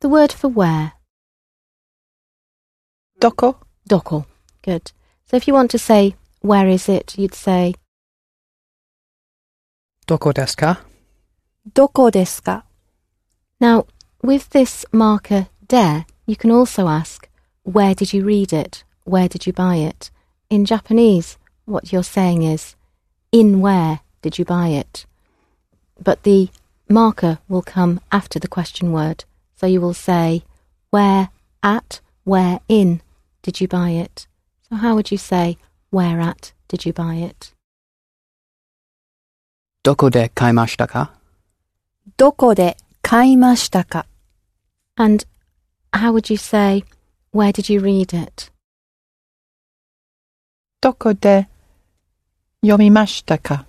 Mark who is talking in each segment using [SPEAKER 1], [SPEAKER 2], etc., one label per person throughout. [SPEAKER 1] The word for where.
[SPEAKER 2] Doko.
[SPEAKER 1] Dockle. Good. So if you want to say, where is it, you'd say,
[SPEAKER 2] Doko desu ka?
[SPEAKER 3] どこですか
[SPEAKER 1] Now, with this marker dare, you can also ask, where did you read it? Where did you buy it? In Japanese, what you're saying is, in where did you buy it? But the marker will come after the question word. So you will say, where at, where in did you buy it? So how would you say, where at did you buy it?
[SPEAKER 2] Doko de kaimashita ka?
[SPEAKER 3] どこで買いましたか
[SPEAKER 1] And how would you say, where did you read it?
[SPEAKER 2] どこで読みましたか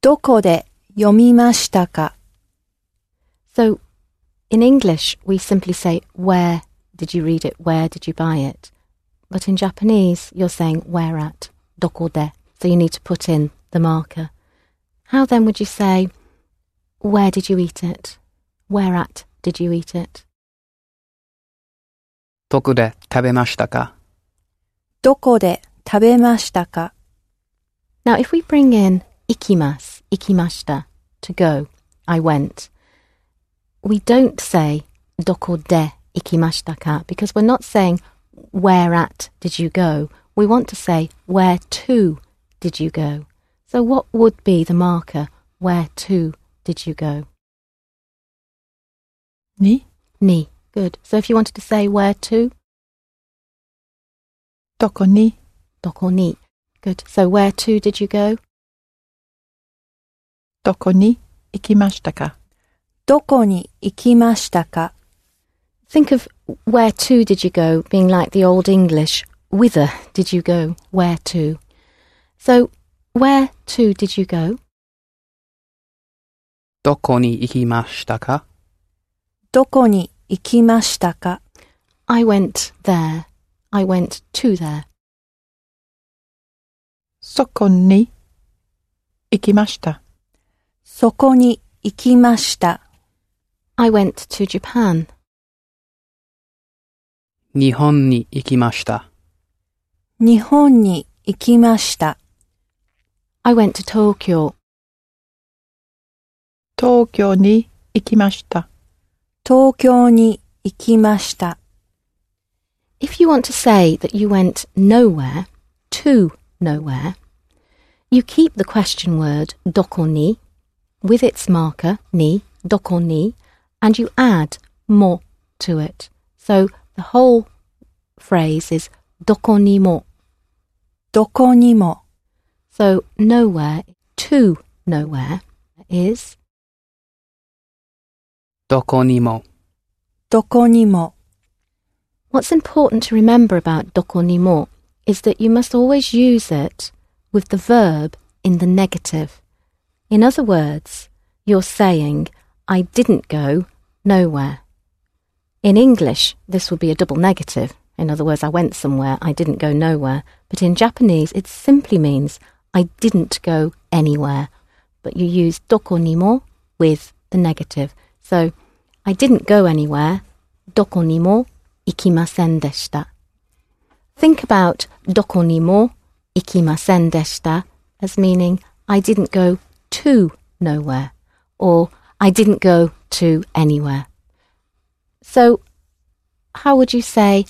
[SPEAKER 3] どこで読みましたか
[SPEAKER 1] So in English, we simply say, Where did you read it? Where did you buy it? But in Japanese, you're saying, Where at? Doko de. So you need to put in the marker. How then would you say, Where did you eat it? Where at did you eat it?
[SPEAKER 2] どこで食べましたか
[SPEAKER 3] どこで食べましたか
[SPEAKER 1] Now, if we bring in ikimas, ikimashita, to go, I went, we don't say doko de ikimashita ka because we're not saying where at did you go. We want to say where to did you go. So, what would be the marker where to did you go?
[SPEAKER 2] に
[SPEAKER 1] Ni. Good. So, if you wanted to say where to,
[SPEAKER 2] どこに
[SPEAKER 1] doko ni. Good. So, where to did you go?
[SPEAKER 2] どこに行きましたか
[SPEAKER 3] どこに行きましたか
[SPEAKER 1] Think of where to did you go being like the old English whither did you go, where to. So, where to did you go?
[SPEAKER 2] どこに行きましたか
[SPEAKER 3] どこに行きましたか
[SPEAKER 1] I went there. I went to there.
[SPEAKER 2] そこに行きました。
[SPEAKER 3] そこに行きました。
[SPEAKER 1] I went to Japan.
[SPEAKER 2] 日本に行きました。
[SPEAKER 3] 日本に行きました。
[SPEAKER 1] I went to Tokyo.
[SPEAKER 2] 東京に行きました。
[SPEAKER 3] 東京に行きました。
[SPEAKER 1] If you want to say that you went nowhere, to nowhere, you keep the question word doko ni with its marker ni, doko ni, and you add mo to it. So the whole phrase is doko ni mo.
[SPEAKER 3] どこにも
[SPEAKER 1] So nowhere, to nowhere is
[SPEAKER 2] どこにも
[SPEAKER 3] どこにも
[SPEAKER 1] What's important to remember about dokonimo is that you must always use it with the verb in the negative. In other words, you're saying, I didn't go nowhere. In English, this would be a double negative. In other words, I went somewhere, I didn't go nowhere. But in Japanese, it simply means, I didn't go anywhere. But you use dokonimo with the negative. So, I didn't go anywhere. どこにも行きませんでした. Think about どこにも行きませんでした as meaning I didn't go to nowhere or I didn't go to anywhere. So, how would you say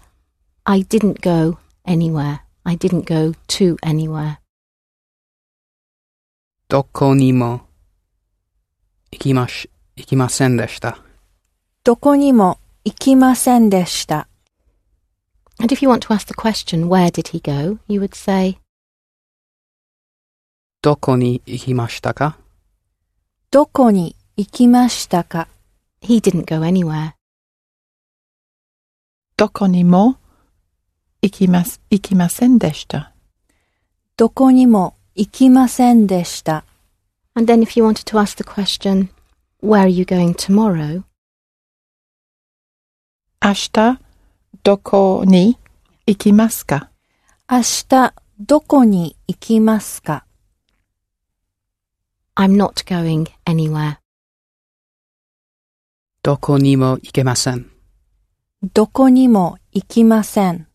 [SPEAKER 1] I didn't go anywhere? I didn't go to anywhere.
[SPEAKER 2] どこにも行きまし、行きませんでした。
[SPEAKER 3] どこにも行きませんでした。
[SPEAKER 1] And if you want to ask the question, where did he go? You would say,
[SPEAKER 2] どこに行きましたか
[SPEAKER 3] どこに行きましたか
[SPEAKER 1] he didn't go anywhere.
[SPEAKER 2] どこにも行きます、行きませんでした。
[SPEAKER 3] どこにも行きませんでした。
[SPEAKER 1] And then if you wanted to ask the question, where are you going tomorrow?
[SPEAKER 2] 明日、どこに行きますか
[SPEAKER 3] 明日どこに行きますか
[SPEAKER 1] I'm not going anywhere.
[SPEAKER 2] どこにも行けません。
[SPEAKER 3] どこにも行きません。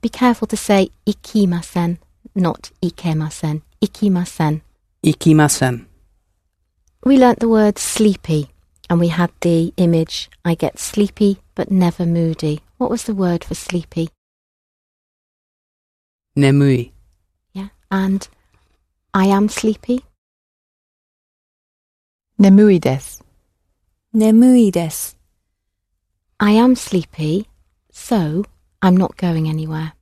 [SPEAKER 1] Be careful to say ikimasen, not ikemasen. Ikimasen.
[SPEAKER 2] 行きません。
[SPEAKER 1] We learnt the word sleepy and we had the image I get sleepy but never moody. What was the word for sleepy?
[SPEAKER 2] 眠い。
[SPEAKER 1] Yeah. And I am sleepy.
[SPEAKER 4] 眠いです。
[SPEAKER 3] 眠いです。
[SPEAKER 1] I am sleepy, so I'm not going anywhere.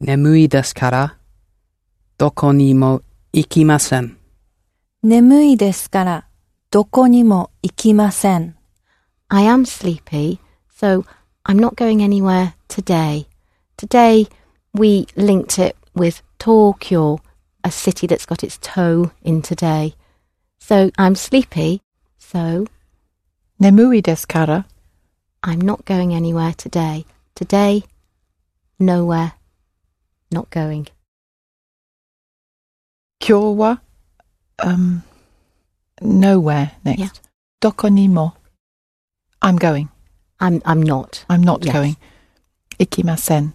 [SPEAKER 2] 眠いですから、どこにも行きません。
[SPEAKER 3] 眠いですから、どこにも行きません。
[SPEAKER 1] I am sleepy, so I'm not going anywhere today. Today, we linked it with Tokyo, a city that's got its toe in today. So I'm sleepy, so
[SPEAKER 4] 眠いですから、
[SPEAKER 1] I'm not going anywhere today. Today, nowhere, not going.
[SPEAKER 4] 今日は、um, nowhere next.
[SPEAKER 1] Yeah.
[SPEAKER 4] どこにも。I'm going.
[SPEAKER 1] I'm, I'm not.
[SPEAKER 4] I'm not
[SPEAKER 1] Yes.
[SPEAKER 4] going. 行きません。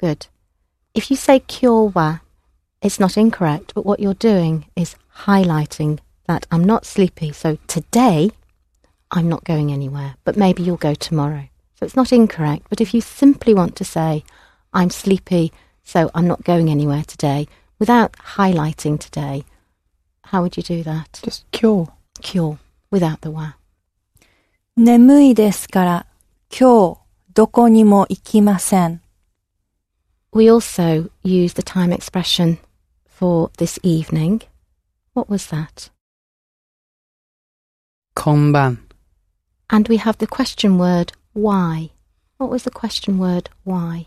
[SPEAKER 1] Good. If you say kyowa, it's not incorrect, but what you're doing is highlighting that I'm not sleepy. So today, I'm not going anywhere, but maybe you'll go tomorrow. So it's not incorrect, but if you simply want to say, I'm sleepy, so I'm not going anywhere today, without highlighting today, how would you do that?
[SPEAKER 4] Just 今日。
[SPEAKER 1] Kyo, without the wa.
[SPEAKER 3] 眠いですから、今日、どこにも行きません。
[SPEAKER 1] We also use the time expression for this evening. What was that?
[SPEAKER 2] こんばん。
[SPEAKER 1] And we have the question word why. What was the question word why?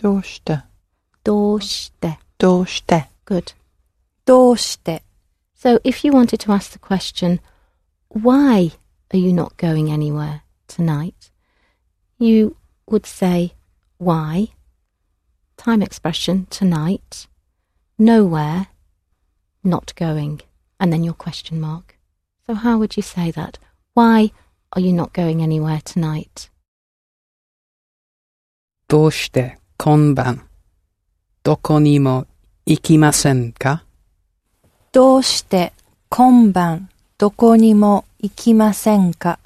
[SPEAKER 4] どうして。
[SPEAKER 1] どうして?
[SPEAKER 4] どうして。
[SPEAKER 1] Good.
[SPEAKER 3] どうして、
[SPEAKER 1] So if you wanted to ask the question, why are you not going anywhere tonight? You would say, why? Time expression, tonight. Nowhere. Not going. And then your question mark. So how would you say that? Why are you not going anywhere tonight?
[SPEAKER 2] どうしてこんばん。どこにも行きませんか
[SPEAKER 3] どうして、今晩、どこにも行きませんか。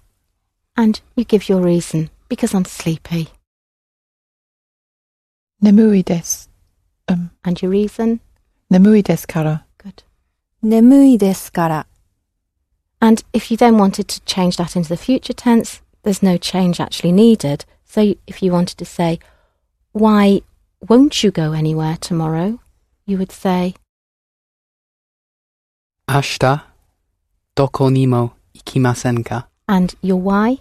[SPEAKER 1] And you give your reason, because I'm sleepy.
[SPEAKER 4] 眠いです。Um,
[SPEAKER 1] And your reason?
[SPEAKER 4] 眠いですから、
[SPEAKER 1] Good.
[SPEAKER 3] 眠いですから、
[SPEAKER 1] And if you then wanted to change that into the future tense, there's no change actually needed. So you- if you wanted to say, Why won't you go anywhere tomorrow? you would say,
[SPEAKER 2] 明日、どこにも行きませんか
[SPEAKER 1] and your why?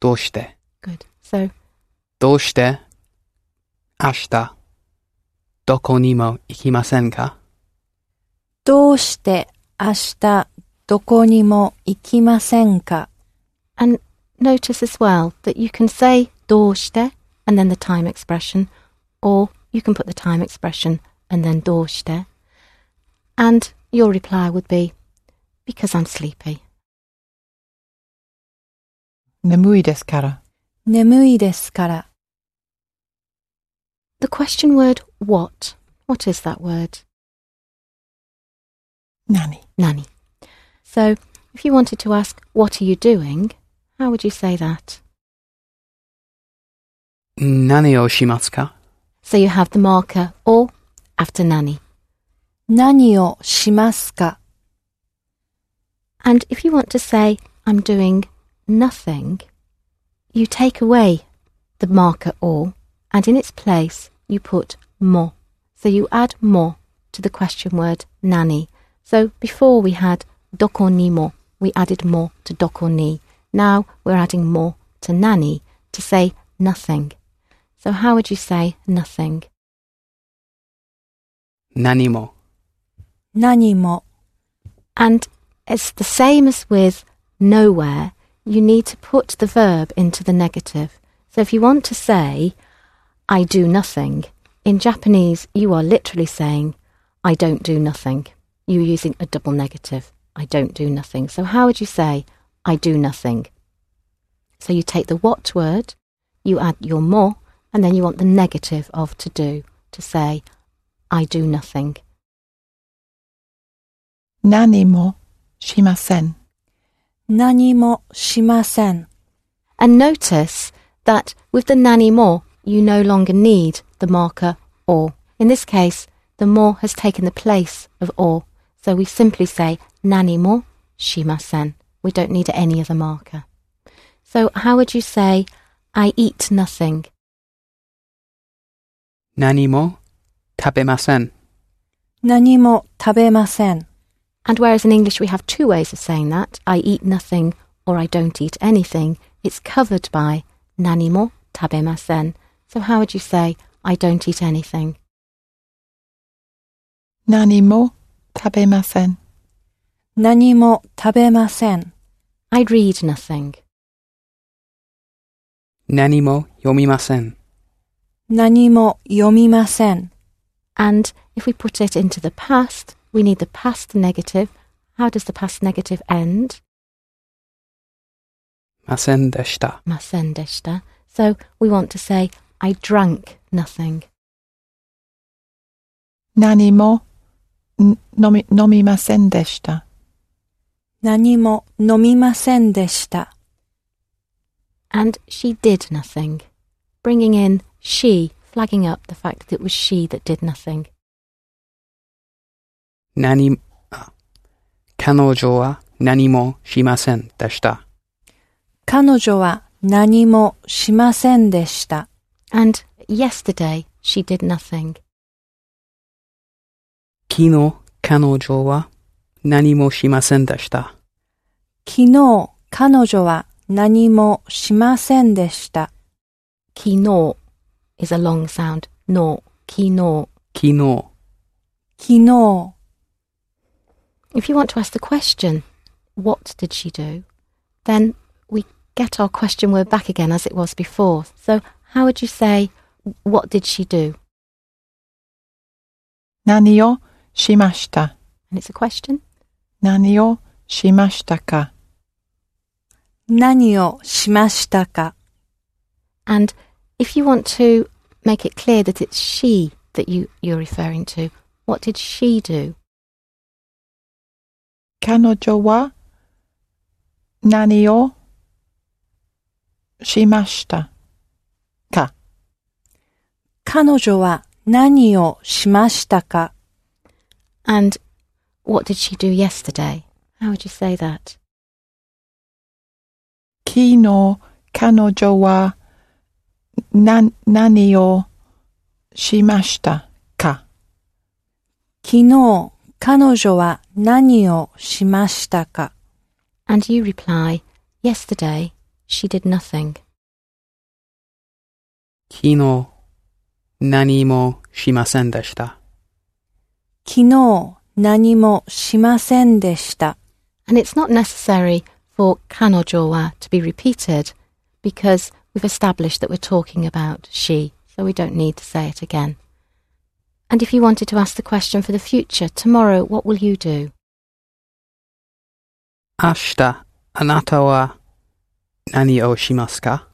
[SPEAKER 2] どうして、
[SPEAKER 1] Good. So
[SPEAKER 2] どうして、明日、どこにも行きませんか
[SPEAKER 3] どうして、明日、どこにも行きませんか。
[SPEAKER 1] And notice as well that you can say doshite and then the time expression, or you can put the time expression and then doshite. And your reply would be, because I'm sleepy.
[SPEAKER 4] 眠いですから、
[SPEAKER 3] 眠いですから、
[SPEAKER 1] The question word what? What is that word?
[SPEAKER 4] 何
[SPEAKER 1] Nanny. So if you wanted to ask, what are you doing? How would you say that?
[SPEAKER 2] 何をしますか
[SPEAKER 1] So you have the marker or after nanny.
[SPEAKER 3] 何をしますか。
[SPEAKER 1] And if you want to say, I'm doing nothing, you take away the marker or, and in its place, you put mo. So you add mo to the question word nanny. So before we had doko ni mo, we added mo to doko ni. Now we're adding mo to nanny to say nothing. So how would you say nothing?
[SPEAKER 2] 何も。
[SPEAKER 3] 何も、
[SPEAKER 1] And it's the same as with nowhere. You need to put the verb into the negative. So if you want to say, I do nothing, in Japanese, you are literally saying, I don't do nothing. You're using a double negative. I don't do nothing. So how would you say I do nothing? So you take the what word, you add your mo, and then you want the negative of to do to say I do nothing.
[SPEAKER 4] 何もしません。
[SPEAKER 3] 何もしません。
[SPEAKER 1] And notice that with the nanny more, you no longer need the marker or. In this case, the more has taken the place of or. So we simply say nanny more, shimasen. We don't need any other marker. So how would you say, I eat nothing?
[SPEAKER 2] 何も食べません。
[SPEAKER 3] 何も食べません。
[SPEAKER 1] And whereas in English we have two ways of saying that, I eat nothing or I don't eat anything, it's covered by nanny more, tabemasen. So how would you say, I don't eat anything?
[SPEAKER 4] 何も食べません。
[SPEAKER 3] 何も食べません。
[SPEAKER 1] I read nothing.
[SPEAKER 2] 何も読みません。
[SPEAKER 3] 何も読みません。
[SPEAKER 1] And if we put it into the past, we need the past negative. How does the past negative end?
[SPEAKER 2] ませんでした。
[SPEAKER 1] Masendeshta. So we want to say, I drank nothing.
[SPEAKER 4] 何もん飲み飲みませんでした。
[SPEAKER 3] 何も飲みませんでした。
[SPEAKER 1] And she did nothing. Bringing in she, flagging up the fact that it was she that did nothing.
[SPEAKER 2] 何、あ彼女は何もしませんでした。
[SPEAKER 3] 彼女は何もしませんでした。
[SPEAKER 1] And yesterday, she did nothing.
[SPEAKER 2] 昨日彼女は何もしませんでした。
[SPEAKER 3] 昨日、彼女は何もしませんでした。
[SPEAKER 1] Kino is a long sound. No. Kino.
[SPEAKER 2] 昨日
[SPEAKER 3] 昨日、
[SPEAKER 1] If you want to ask the question, what did she do? Then we get our question word back again as it was before. So, how would you say, what did she do?
[SPEAKER 4] 何をしました。
[SPEAKER 1] And it's a question.
[SPEAKER 4] 何をしましたか。
[SPEAKER 3] 何をしましたか
[SPEAKER 1] And if you want to make it clear that it's she that you, you're referring to, what did she do?
[SPEAKER 4] 彼女は何をしましたか。
[SPEAKER 3] 彼女は何をしましたか
[SPEAKER 1] And what did she do yesterday? How would you say that?
[SPEAKER 4] 昨日彼女はな何をしましたか。
[SPEAKER 3] 昨日、彼女は何をしましたか
[SPEAKER 1] And you reply, yesterday she did nothing.
[SPEAKER 2] 昨日何もしませんでした。
[SPEAKER 3] 昨日、何もしませんでした。
[SPEAKER 1] And it's not necessary for can or jowa to be repeated because we've established that we're talking about she, so we don't need to say it again. And if you wanted to ask the question for the future, tomorrow, what will you do?
[SPEAKER 2] 明日あなたは何をしますか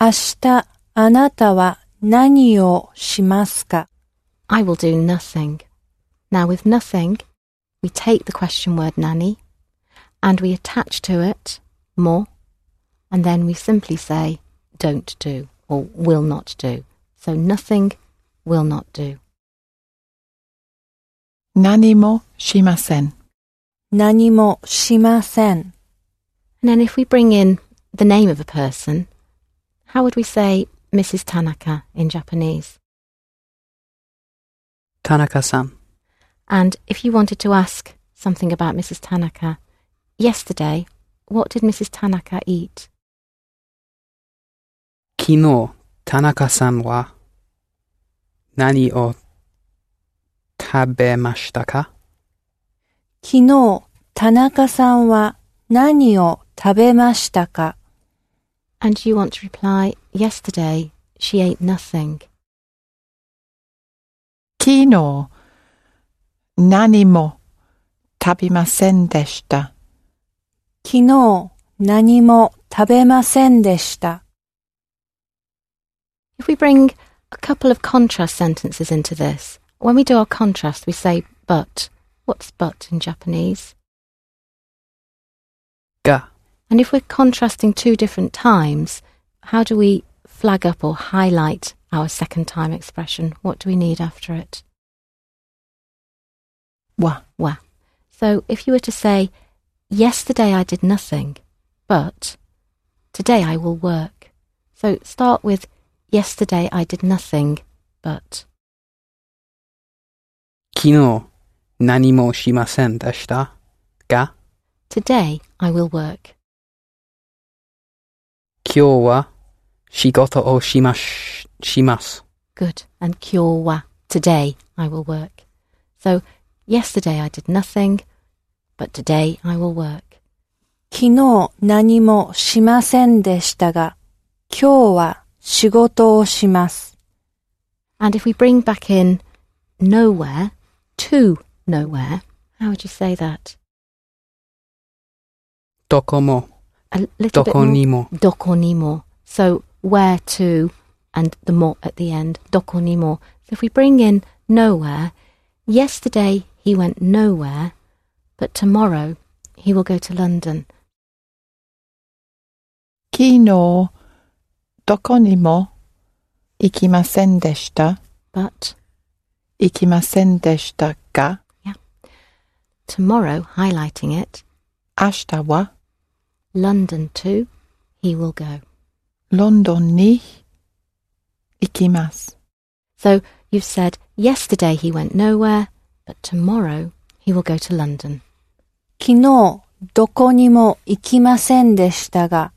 [SPEAKER 3] 明日、あなたは何をしますか
[SPEAKER 1] I will do nothing. Now, with nothing, we take the question word nanny and we attach to it more, and then we simply say don't do or will not do. So, nothing will not do.
[SPEAKER 4] 何もしません。
[SPEAKER 3] 何もしません。
[SPEAKER 1] And then if we bring in the name of a person, how would we say Mrs. Tanaka in Japanese?
[SPEAKER 2] 田中さん、
[SPEAKER 1] And if you wanted to ask something about Mrs. Tanaka, yesterday, what did Mrs. Tanaka eat?
[SPEAKER 2] 昨日田中さんは何を食べましたか
[SPEAKER 3] 昨日、田中さんは何を食べましたか
[SPEAKER 1] And you want to reply, yesterday, she ate nothing.
[SPEAKER 4] 昨日何も食べませんでした。
[SPEAKER 3] 昨日何も食べませんでした。
[SPEAKER 1] If we bring a couple of contrast sentences into this, when we do our contrast, we say but. What's but in Japanese?
[SPEAKER 2] が
[SPEAKER 1] And if we're contrasting two different times, how do we flag up or highlight our second time expression? What do we need after it?
[SPEAKER 4] わ、
[SPEAKER 1] Wa. So if you were to say, yesterday I did nothing, but today I will work. So start with, yesterday I did nothing, but.
[SPEAKER 2] 昨日何もしませんでしたが
[SPEAKER 1] Today I will work.
[SPEAKER 2] 今日は仕事をしまし、します。
[SPEAKER 1] Good. And kyo wa. Today I will work. So yesterday I did nothing, but today I will work.
[SPEAKER 3] 昨日何もしませんでしたが、今日は仕事をします。
[SPEAKER 1] And if we bring back in nowhere to nowhere, how would you say that?
[SPEAKER 2] どこも
[SPEAKER 1] A little
[SPEAKER 2] ど
[SPEAKER 1] bit
[SPEAKER 2] こ
[SPEAKER 1] more.
[SPEAKER 2] にも
[SPEAKER 1] dokonimo. So where to and the mo at the end, dokonimo. So if we bring in nowhere, yesterday he went nowhere, but tomorrow he will go to London.
[SPEAKER 4] 昨日、どこにも行きませんでした。
[SPEAKER 1] But
[SPEAKER 4] 行きませんでしたが、
[SPEAKER 1] tomorrow, highlighting it,
[SPEAKER 4] 明日は
[SPEAKER 1] London too, he will go.
[SPEAKER 4] ロンドンに行きます。
[SPEAKER 1] So you've said yesterday he went nowhere, but tomorrow he will go to London.
[SPEAKER 3] 昨日どこにも行きませんでしたが、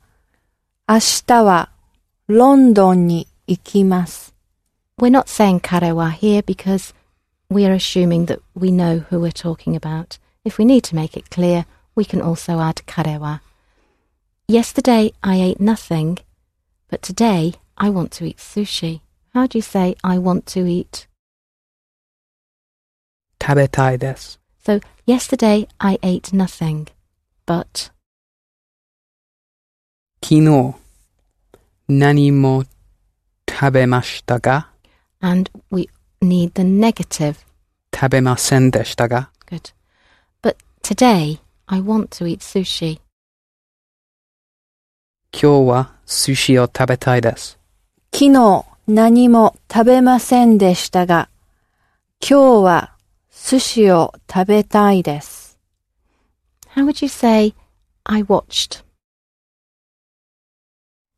[SPEAKER 3] 明日はロンドンに行きます。
[SPEAKER 1] We're not saying karewa here because we are assuming that we know who we're talking about. If we need to make it clear, we can also add karewa. Yesterday I ate nothing, but today I want to eat sushi. How do you say I want to eat?
[SPEAKER 2] 食べたいです。
[SPEAKER 1] So yesterday I ate nothing, but
[SPEAKER 2] 昨日何も食べましたが
[SPEAKER 1] and we need the negative.
[SPEAKER 2] 食べませんでしたが
[SPEAKER 1] Good. But today I want to eat sushi.
[SPEAKER 2] 今日は寿司を食べたいです。
[SPEAKER 3] 昨日何も食べませんでしたが、今日は寿司を食べたいです。
[SPEAKER 1] How would you say I watched?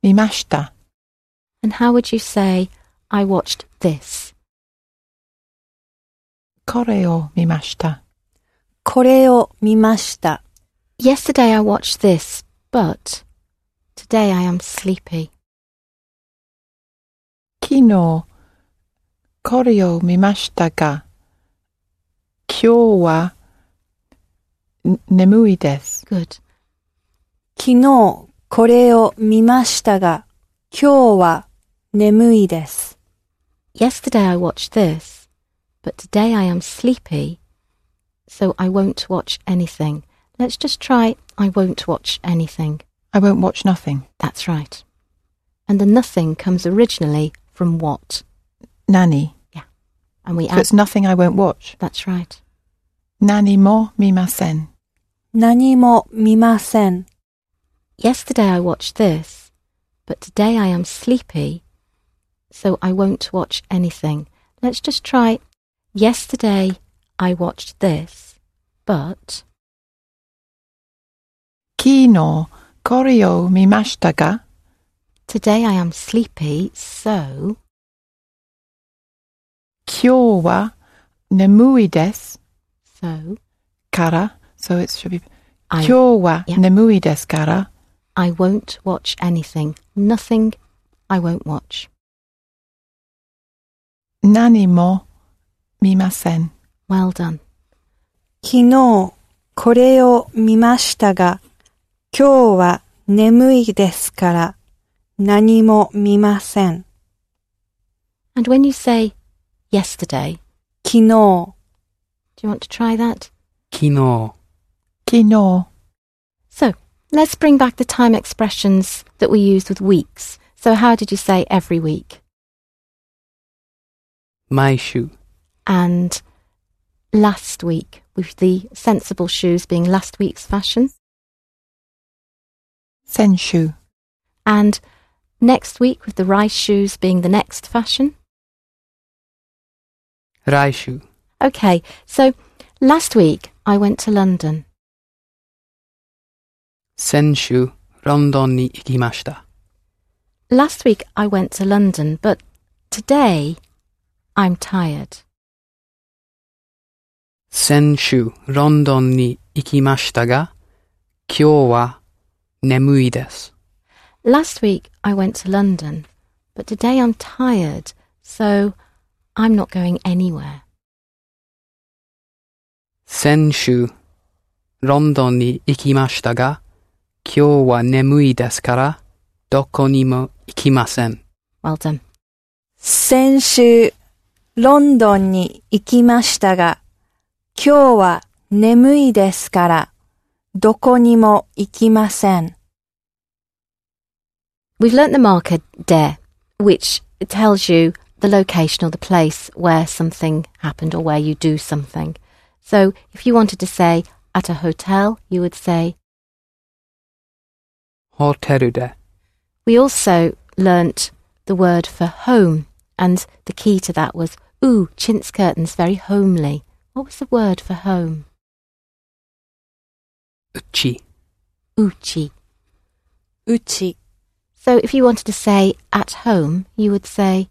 [SPEAKER 4] 見ました。
[SPEAKER 1] And how would you say, I watched this?
[SPEAKER 4] これを見ました。
[SPEAKER 3] これを見ました。
[SPEAKER 1] Yesterday I watched this, but today I am sleepy.
[SPEAKER 4] 昨日、これを見ましたが、今日はん眠いです。
[SPEAKER 1] Good.
[SPEAKER 3] 昨日これを見ましたが、今日は眠いです。
[SPEAKER 1] Yesterday I watched this, but today I am sleepy, so I won't watch anything. Let's just try, I won't watch anything.
[SPEAKER 4] I won't watch nothing.
[SPEAKER 1] That's right. And the nothing comes originally from what?
[SPEAKER 4] Nanny.
[SPEAKER 1] And we
[SPEAKER 4] So
[SPEAKER 1] add,
[SPEAKER 4] it's nothing I won't watch.
[SPEAKER 1] that's right.
[SPEAKER 4] 何も見ません。
[SPEAKER 3] 何も見ません。
[SPEAKER 1] Yesterday I watched this, but today I am sleepy, so I won't watch anything. Let's just try. Yesterday I watched this, but
[SPEAKER 4] 昨日、これを見ましたが、
[SPEAKER 1] today I am sleepy, so
[SPEAKER 4] 今日は眠いです。
[SPEAKER 1] so
[SPEAKER 4] から、so it should be,
[SPEAKER 1] I
[SPEAKER 4] 今日は
[SPEAKER 1] yeah.
[SPEAKER 4] 眠いですから、
[SPEAKER 1] I won't watch anything. Nothing I won't watch.
[SPEAKER 4] 何も見ません。
[SPEAKER 1] Well done.
[SPEAKER 3] 昨日これを見ましたが、今日は眠いですから何も見ません。
[SPEAKER 1] And when you say yesterday,
[SPEAKER 3] 昨日、
[SPEAKER 1] do you want to try that?
[SPEAKER 2] 昨日、
[SPEAKER 4] 昨日、
[SPEAKER 1] So let's bring back the time expressions that we used with weeks. So, how did you say every week?
[SPEAKER 2] 毎週、
[SPEAKER 1] And last week, with the sensible shoes being last week's fashion.
[SPEAKER 4] 先週、
[SPEAKER 1] And next week, with the rice shoes being the next fashion.
[SPEAKER 2] 来週、
[SPEAKER 1] Okay, so last week I went to London.
[SPEAKER 2] 先週、ロンドンに行きました。
[SPEAKER 1] Last week I went to London, but today I'm tired.
[SPEAKER 2] 先週、ロンドンに行きましたが、今日は眠いです。
[SPEAKER 1] Last week I went to London, but today I'm tired, so I'm not going anywhere.
[SPEAKER 2] 先週、ロンドンに行きましたが、今日は眠いですから、どこにも行きません。
[SPEAKER 1] Well done.
[SPEAKER 3] 先週、ロンドンに行きましたが、今日は眠いですから、どこにも行きません。
[SPEAKER 1] We've learnt the marker de, which tells you the location or the place where something happened or where you do something. So if you wanted to say at a hotel, you would say
[SPEAKER 2] ホテルで、
[SPEAKER 1] We also learnt the word for home, and the key to that was ooh, chintz curtains, very homely. What was the word for home?
[SPEAKER 2] うち、
[SPEAKER 1] Uchi.
[SPEAKER 3] うち、
[SPEAKER 1] So if you wanted to say at home, you would say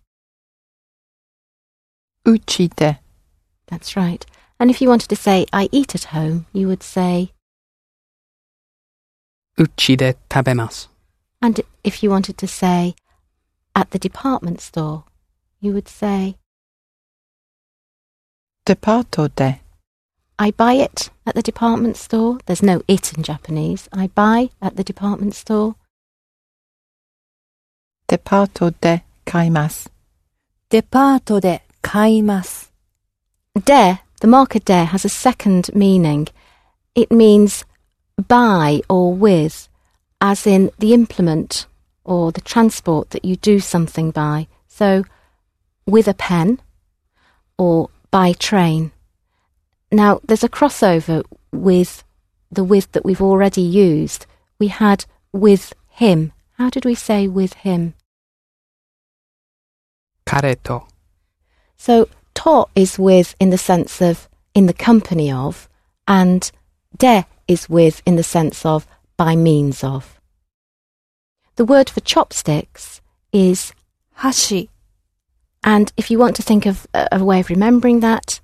[SPEAKER 4] うちで、
[SPEAKER 1] that's right. And if you wanted to say I eat at home, you would say.
[SPEAKER 2] うちで食べます。
[SPEAKER 1] And if you wanted to say at the department store, you would say
[SPEAKER 4] デパートで、
[SPEAKER 1] I buy it at the department store. There's no it in Japanese. I buy at the department store.
[SPEAKER 4] デパートで買います。
[SPEAKER 3] デパートで買います。
[SPEAKER 1] Dare, the marker dare, has a second meaning. It means by or with, as in the implement or the transport that you do something by. So, with a pen or by train. Now, there's a crossover with the with that we've already used. We had with him. How did we say with him?
[SPEAKER 2] 彼と、
[SPEAKER 1] So, to is with in the sense of in the company of, and de is with in the sense of by means of. The word for chopsticks is,
[SPEAKER 3] 箸、
[SPEAKER 1] and if you want to think of uh, a, a way of remembering that,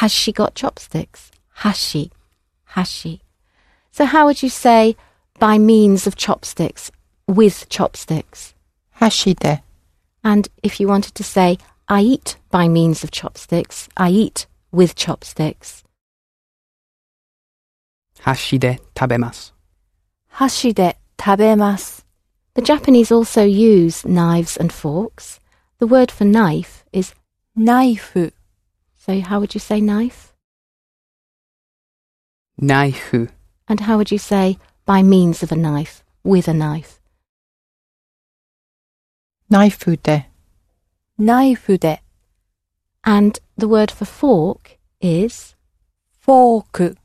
[SPEAKER 1] has she got chopsticks? Has she? Has she? So, how would you say by means of chopsticks, with chopsticks?
[SPEAKER 4] 箸で、
[SPEAKER 1] And if you wanted to say, I eat by means of chopsticks, I eat with chopsticks.
[SPEAKER 2] 箸で食べます。
[SPEAKER 3] 箸で食べます。
[SPEAKER 1] The Japanese also use knives and forks. The word for knife is,
[SPEAKER 3] ナイフ、
[SPEAKER 1] so how would you say knife?
[SPEAKER 2] ナイフ、
[SPEAKER 1] And how would you say by means of a knife, with a knife?
[SPEAKER 4] ナイフで、
[SPEAKER 3] ナイフで、
[SPEAKER 1] And the word for fork is,
[SPEAKER 3] フォーク、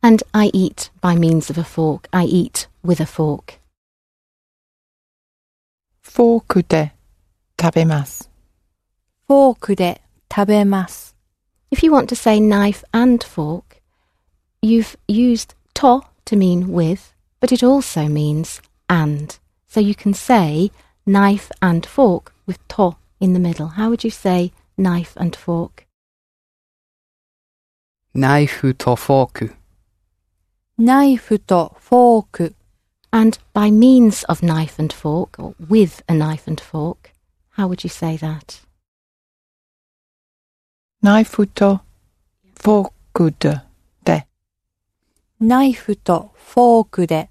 [SPEAKER 1] and I eat by means of a fork, I eat with a fork.
[SPEAKER 4] フォークで食べます。
[SPEAKER 3] フォークで食べます。
[SPEAKER 1] If you want to say knife and fork, you've used to to mean with, but it also means and. So you can say knife and fork with to in the middle. How would you say knife and fork?
[SPEAKER 2] ナイフとフォーク、
[SPEAKER 3] ナイフとフォーク、
[SPEAKER 1] And by means of knife and fork, or with a knife and fork, how would you say that?
[SPEAKER 4] ナイフとフォークで、で、
[SPEAKER 3] ナイフとフォークで、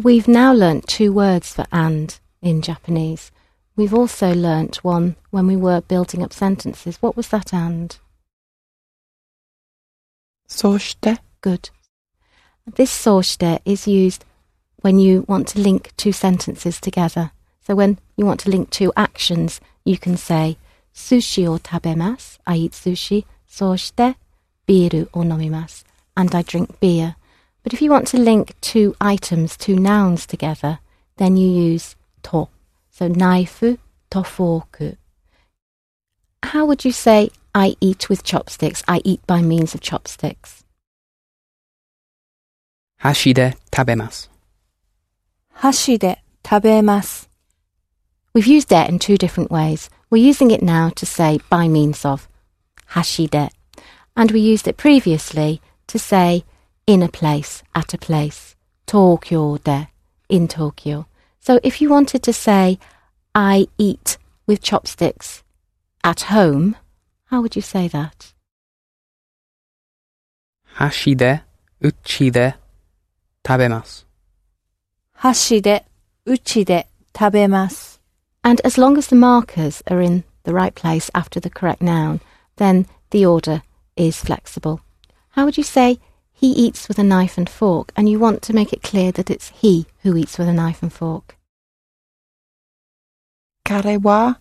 [SPEAKER 1] We've now learnt two words for and in Japanese. We've also learnt one when we were building up sentences. What was that and?
[SPEAKER 4] そして、
[SPEAKER 1] Good. This sourcete is used when you want to link two sentences together. So when you want to link two actions, you can say sushi or tabemasu, I eat sushi, soshite biru or nomimasu, and I drink beer. But if you want to link two items, two nouns together, then you use to. So naifu to forku. How would you say I eat with chopsticks? I eat by means of chopsticks.
[SPEAKER 2] 箸で食べます。
[SPEAKER 3] 箸で食べます。
[SPEAKER 1] We've used it in two different ways. We're using it now to say by means of hashide, and we used it previously to say in a place, at a place, Tokyo de, in Tokyo. So if you wanted to say I eat with chopsticks at home, how would you say that?
[SPEAKER 2] 箸で、うちで食べます。
[SPEAKER 3] 箸で、うちで食べます。
[SPEAKER 1] And as long as the markers are in the right place after the correct noun, then the order is flexible. How would you say he eats with a knife and fork? And you want to make it clear that it's he who eats with a knife and fork.
[SPEAKER 4] 彼は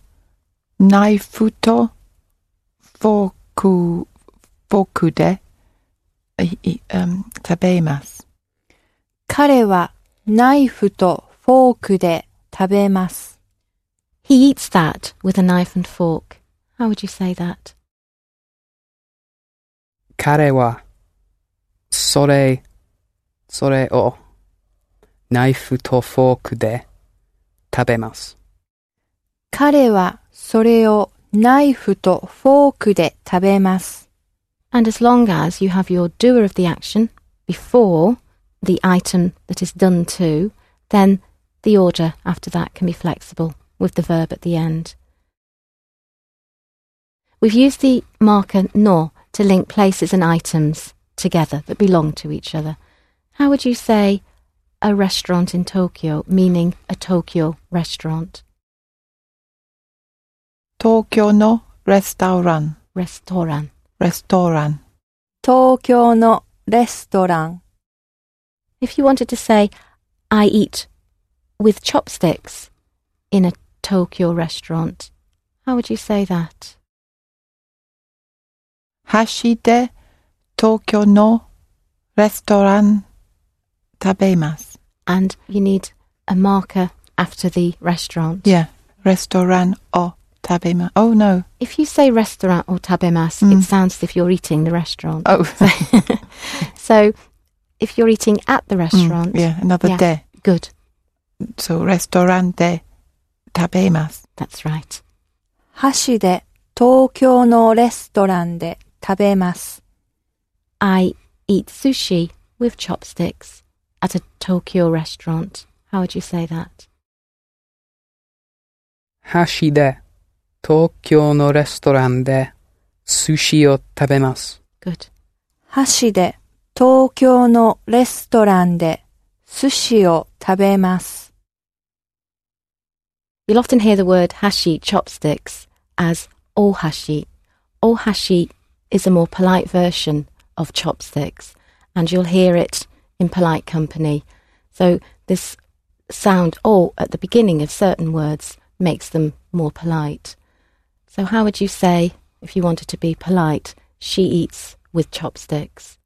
[SPEAKER 4] ナイフとフォーク、フォークでいいうん食べます。
[SPEAKER 3] 彼はナイフとフォークで食べます。
[SPEAKER 1] He eats that with a knife and fork. How would you say that?
[SPEAKER 2] 彼は、それ、それを、ナイフとフォークで食べます。
[SPEAKER 3] 彼はそれをナイフとフォークで食べます。
[SPEAKER 1] And as long as you have your doer of the action before the item that is done to, then the order after that can be flexible with the verb at the end. We've used the marker no to link places and items together that belong to each other. How would you say a restaurant in Tokyo, meaning a Tokyo restaurant?
[SPEAKER 4] 東京のレストラン、
[SPEAKER 1] Restaurant.
[SPEAKER 4] レストラン、
[SPEAKER 3] 東京のレストラン。
[SPEAKER 1] If you wanted to say, I eat with chopsticks in a Tokyo restaurant, how would you say that?
[SPEAKER 4] 橋で東京のレストラン食べます。
[SPEAKER 1] And you need a marker after the restaurant.
[SPEAKER 4] いや、レストランを食べます。Oh no!
[SPEAKER 1] If you say restaurant or tabemasu,
[SPEAKER 4] Mm.
[SPEAKER 1] it sounds as if you're eating the restaurant.
[SPEAKER 4] Oh,
[SPEAKER 1] So if you're eating at the restaurant,
[SPEAKER 4] Mm, yeah, another
[SPEAKER 1] Yeah.
[SPEAKER 4] day.
[SPEAKER 1] good,
[SPEAKER 4] So, レストランで食べます。
[SPEAKER 1] that's right.
[SPEAKER 3] 箸で東京のレストランで食べます。
[SPEAKER 1] I eat sushi with chopsticks at a Tokyo restaurant. How would you say that?
[SPEAKER 2] 箸で、東京のレストランで、寿司を食べます。
[SPEAKER 1] Good.
[SPEAKER 3] 箸で東京のレストランで寿司を食べます。
[SPEAKER 1] You'll often hear the word hashi chopsticks as ohashi. Ohashi is a more polite version of chopsticks, and you'll hear it in polite company. So, this sound o at the beginning of certain words makes them more polite. So, how would you say, if you wanted to be polite, she eats with chopsticks?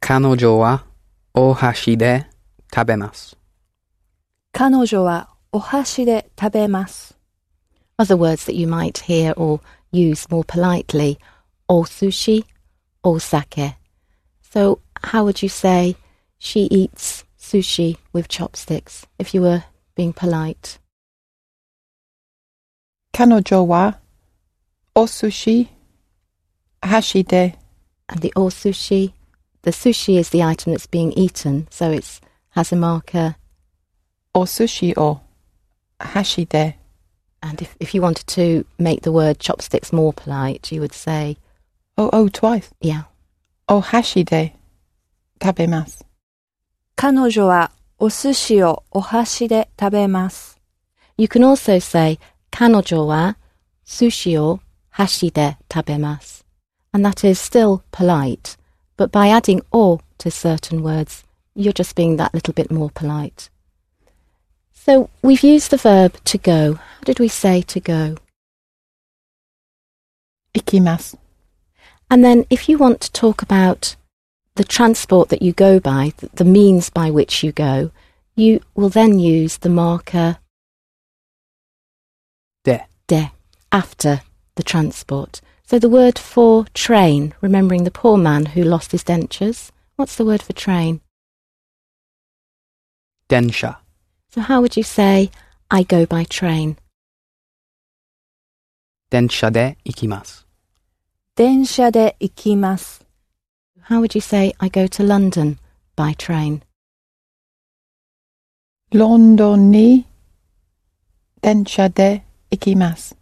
[SPEAKER 2] 彼女は、お箸で食べます。
[SPEAKER 3] 彼女はお箸で食べます。
[SPEAKER 1] Other words that you might hear or use more politely or sushi or sake. So, how would you say she eats sushi with chopsticks if you were being polite?
[SPEAKER 4] 彼女は、お寿司、箸で、
[SPEAKER 1] And the or sushi, the sushi is the item that's being eaten, so it's has a marker.
[SPEAKER 4] お寿司を、箸で、
[SPEAKER 1] And if, if you wanted to make the word chopsticks more polite, you would say,
[SPEAKER 4] oh, oh, twice,
[SPEAKER 1] yeah,
[SPEAKER 4] お箸で食べます。
[SPEAKER 3] 彼女はお寿司をお箸で食べます。
[SPEAKER 1] You can also say 彼女は寿司を箸で食べます and that is still polite. But by adding or to certain words, you're just being that little bit more polite. So we've used the verb to go. How did we say to go?
[SPEAKER 4] 行きます。
[SPEAKER 1] And then if you want to talk about the transport that you go by, th- the means by which you go, you will then use the marker
[SPEAKER 2] で、
[SPEAKER 1] de after the transport. So the word for train, remembering the poor man who lost his dentures, what's the word for train?
[SPEAKER 2] 電車、
[SPEAKER 1] So how would you say, I go by train?
[SPEAKER 2] 電車で行きます。
[SPEAKER 3] 電車で行きます。
[SPEAKER 1] How would you say, I go to London by train?
[SPEAKER 4] ロンドンに電車で行きます。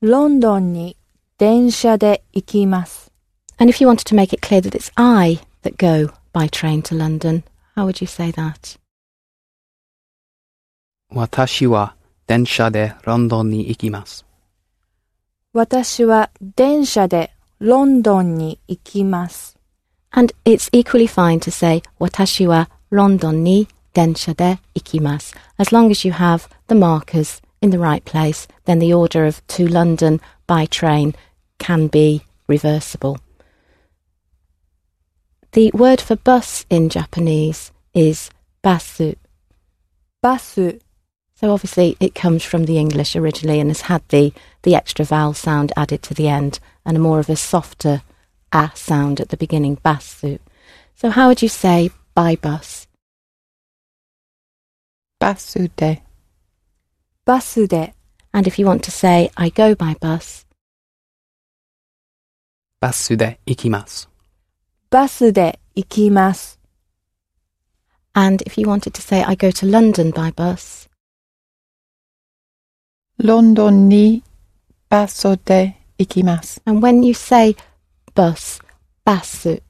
[SPEAKER 3] ロンドンに電車で行きます。
[SPEAKER 1] And if you wanted to make it clear that it's I that go by train to London, how would you say that?
[SPEAKER 2] 私は電車でロンドンに行きます。
[SPEAKER 3] 私は電車でロンドンに行きます。
[SPEAKER 1] And it's equally fine to say watashi wa London ni densha de ikimasu. As long as you have the markers in the right place, then the order of to London by train can be reversible. The word for bus in Japanese is basu.
[SPEAKER 3] バス、
[SPEAKER 1] So obviously it comes from the English originally and has had the, the extra vowel sound added to the end and a more of a softer a sound at the beginning, basu. So how would you say by bus?
[SPEAKER 4] バスで
[SPEAKER 3] バスで
[SPEAKER 1] And if you want to say I go by bus,
[SPEAKER 2] バスで行きます。
[SPEAKER 3] バスで行きます。
[SPEAKER 1] and if you wanted to say I go to London by bus,
[SPEAKER 4] ロンドンにバスで行きます。
[SPEAKER 1] and when you say bus, basu,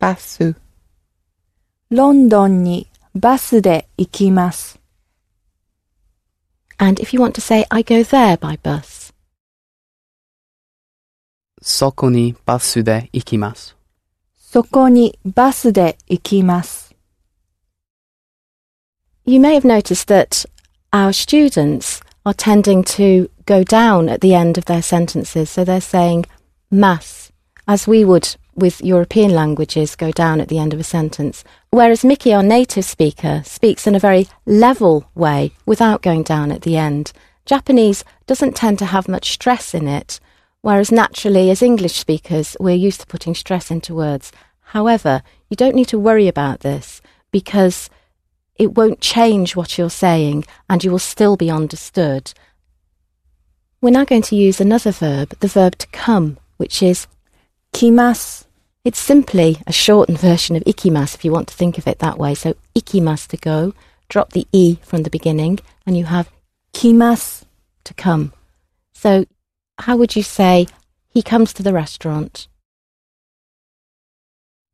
[SPEAKER 4] バス、
[SPEAKER 3] ロンドンにバスで行きます。
[SPEAKER 1] and if you want to say I go there by bus,
[SPEAKER 2] そこにバスで行きます。
[SPEAKER 3] そこにバスで行きます。
[SPEAKER 1] You may have noticed that our students are tending to go down at the end of their sentences. So they're saying mass, as we would with European languages go down at the end of a sentence. Whereas Mickey, our native speaker, speaks in a very level way without going down at the end. Japanese doesn't tend to have much stress in it, whereas naturally, as English speakers, we're used to putting stress into words. However, you don't need to worry about this because it won't change what you're saying and you will still be understood. We're now going to use another verb, the verb to come, which is
[SPEAKER 3] 来ます。
[SPEAKER 1] it's simply a shortened version of ikimas if you want to think of it that way. So ikimas to go, drop the e from the beginning and you have
[SPEAKER 3] 来ます。
[SPEAKER 1] to come. So how would you say he comes to the restaurant?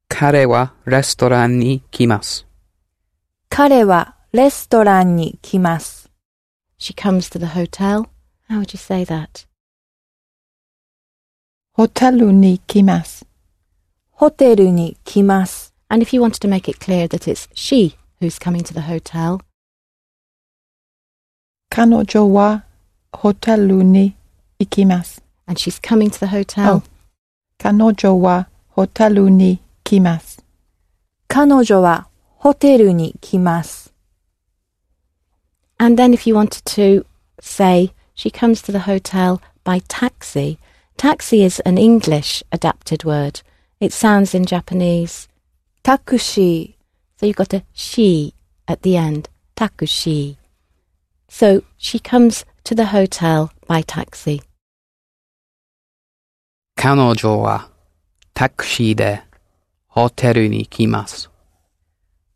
[SPEAKER 2] 彼はレストランに来ます。
[SPEAKER 3] 彼はレストランに来ます。
[SPEAKER 1] She comes to the hotel. How would you say that?
[SPEAKER 4] ホテルに来ます。
[SPEAKER 3] ホテルに来ます。
[SPEAKER 1] And if you wanted to make it clear that it's she who's coming to the hotel,
[SPEAKER 4] 彼女はホテルに行きます。
[SPEAKER 1] and she's coming to the
[SPEAKER 3] Oh.
[SPEAKER 1] hotel.
[SPEAKER 4] 彼女はホテルに来ます。
[SPEAKER 3] 彼女はホテルに来ます。
[SPEAKER 1] And then if you wanted to say she comes to the hotel by taxi, taxi is an English adapted word. It sounds in Japanese.
[SPEAKER 3] タクシ
[SPEAKER 1] So you've got a she at the end. Takushi. So she comes to the hotel by taxi.
[SPEAKER 2] 彼女はタクシーでホテルに来ます。
[SPEAKER 3] ー。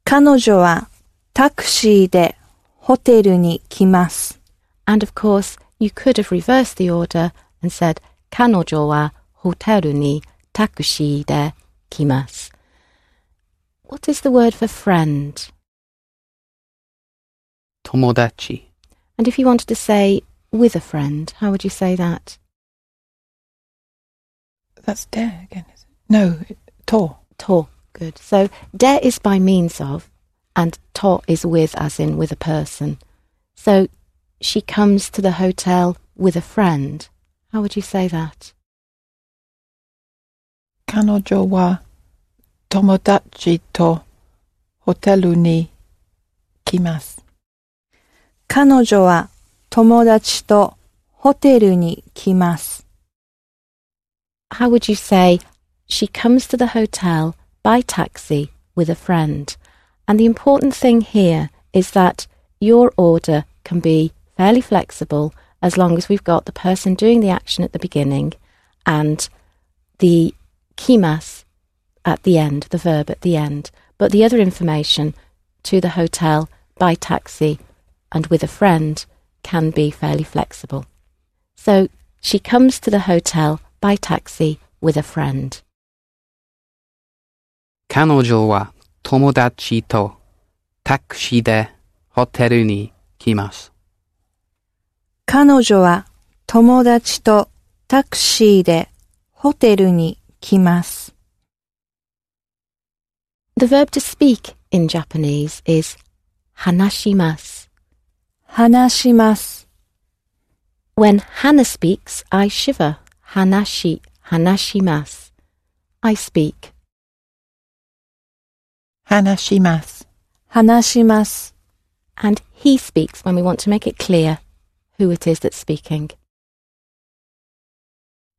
[SPEAKER 3] 彼女はタクシーでホテルに来ます。
[SPEAKER 1] And of course, you could have reversed the order and said kanojo wa hoteru ni takushi de kimasu. What is the word for friend?
[SPEAKER 2] 友達、
[SPEAKER 1] And if you wanted to say with a friend, how would you say that?
[SPEAKER 4] That's dare again, is it? No, to.
[SPEAKER 1] To. Good. So de is by means of, and to is with, as in with a person. So she comes to the hotel with a friend. How would you say that?
[SPEAKER 4] 彼女は友達とホテルに来ます。
[SPEAKER 3] 彼女は友達とホテルに来ます。
[SPEAKER 1] How would you say she comes to the hotel by taxi with a friend? And the important thing here is that your order can be fairly flexible as long as we've got the person doing the action at the beginning and the kimas at the end, the verb at the end. But the other information to the hotel by taxi and with a friend can be fairly flexible. So she comes to the hotel by taxi with a friend.
[SPEAKER 2] 彼女は友達とタクシーでホテルに来ます。
[SPEAKER 3] 彼女は友達とタクシーでホテルに来ます。
[SPEAKER 1] The verb to speak in Japanese is hanashimas.
[SPEAKER 3] 話します。
[SPEAKER 1] When Hannah speaks, I shiver. Hanashi, hanashimas. I speak.
[SPEAKER 4] 話します。
[SPEAKER 3] 話します。
[SPEAKER 1] And he speaks when we want to make it clear who it is that's speaking.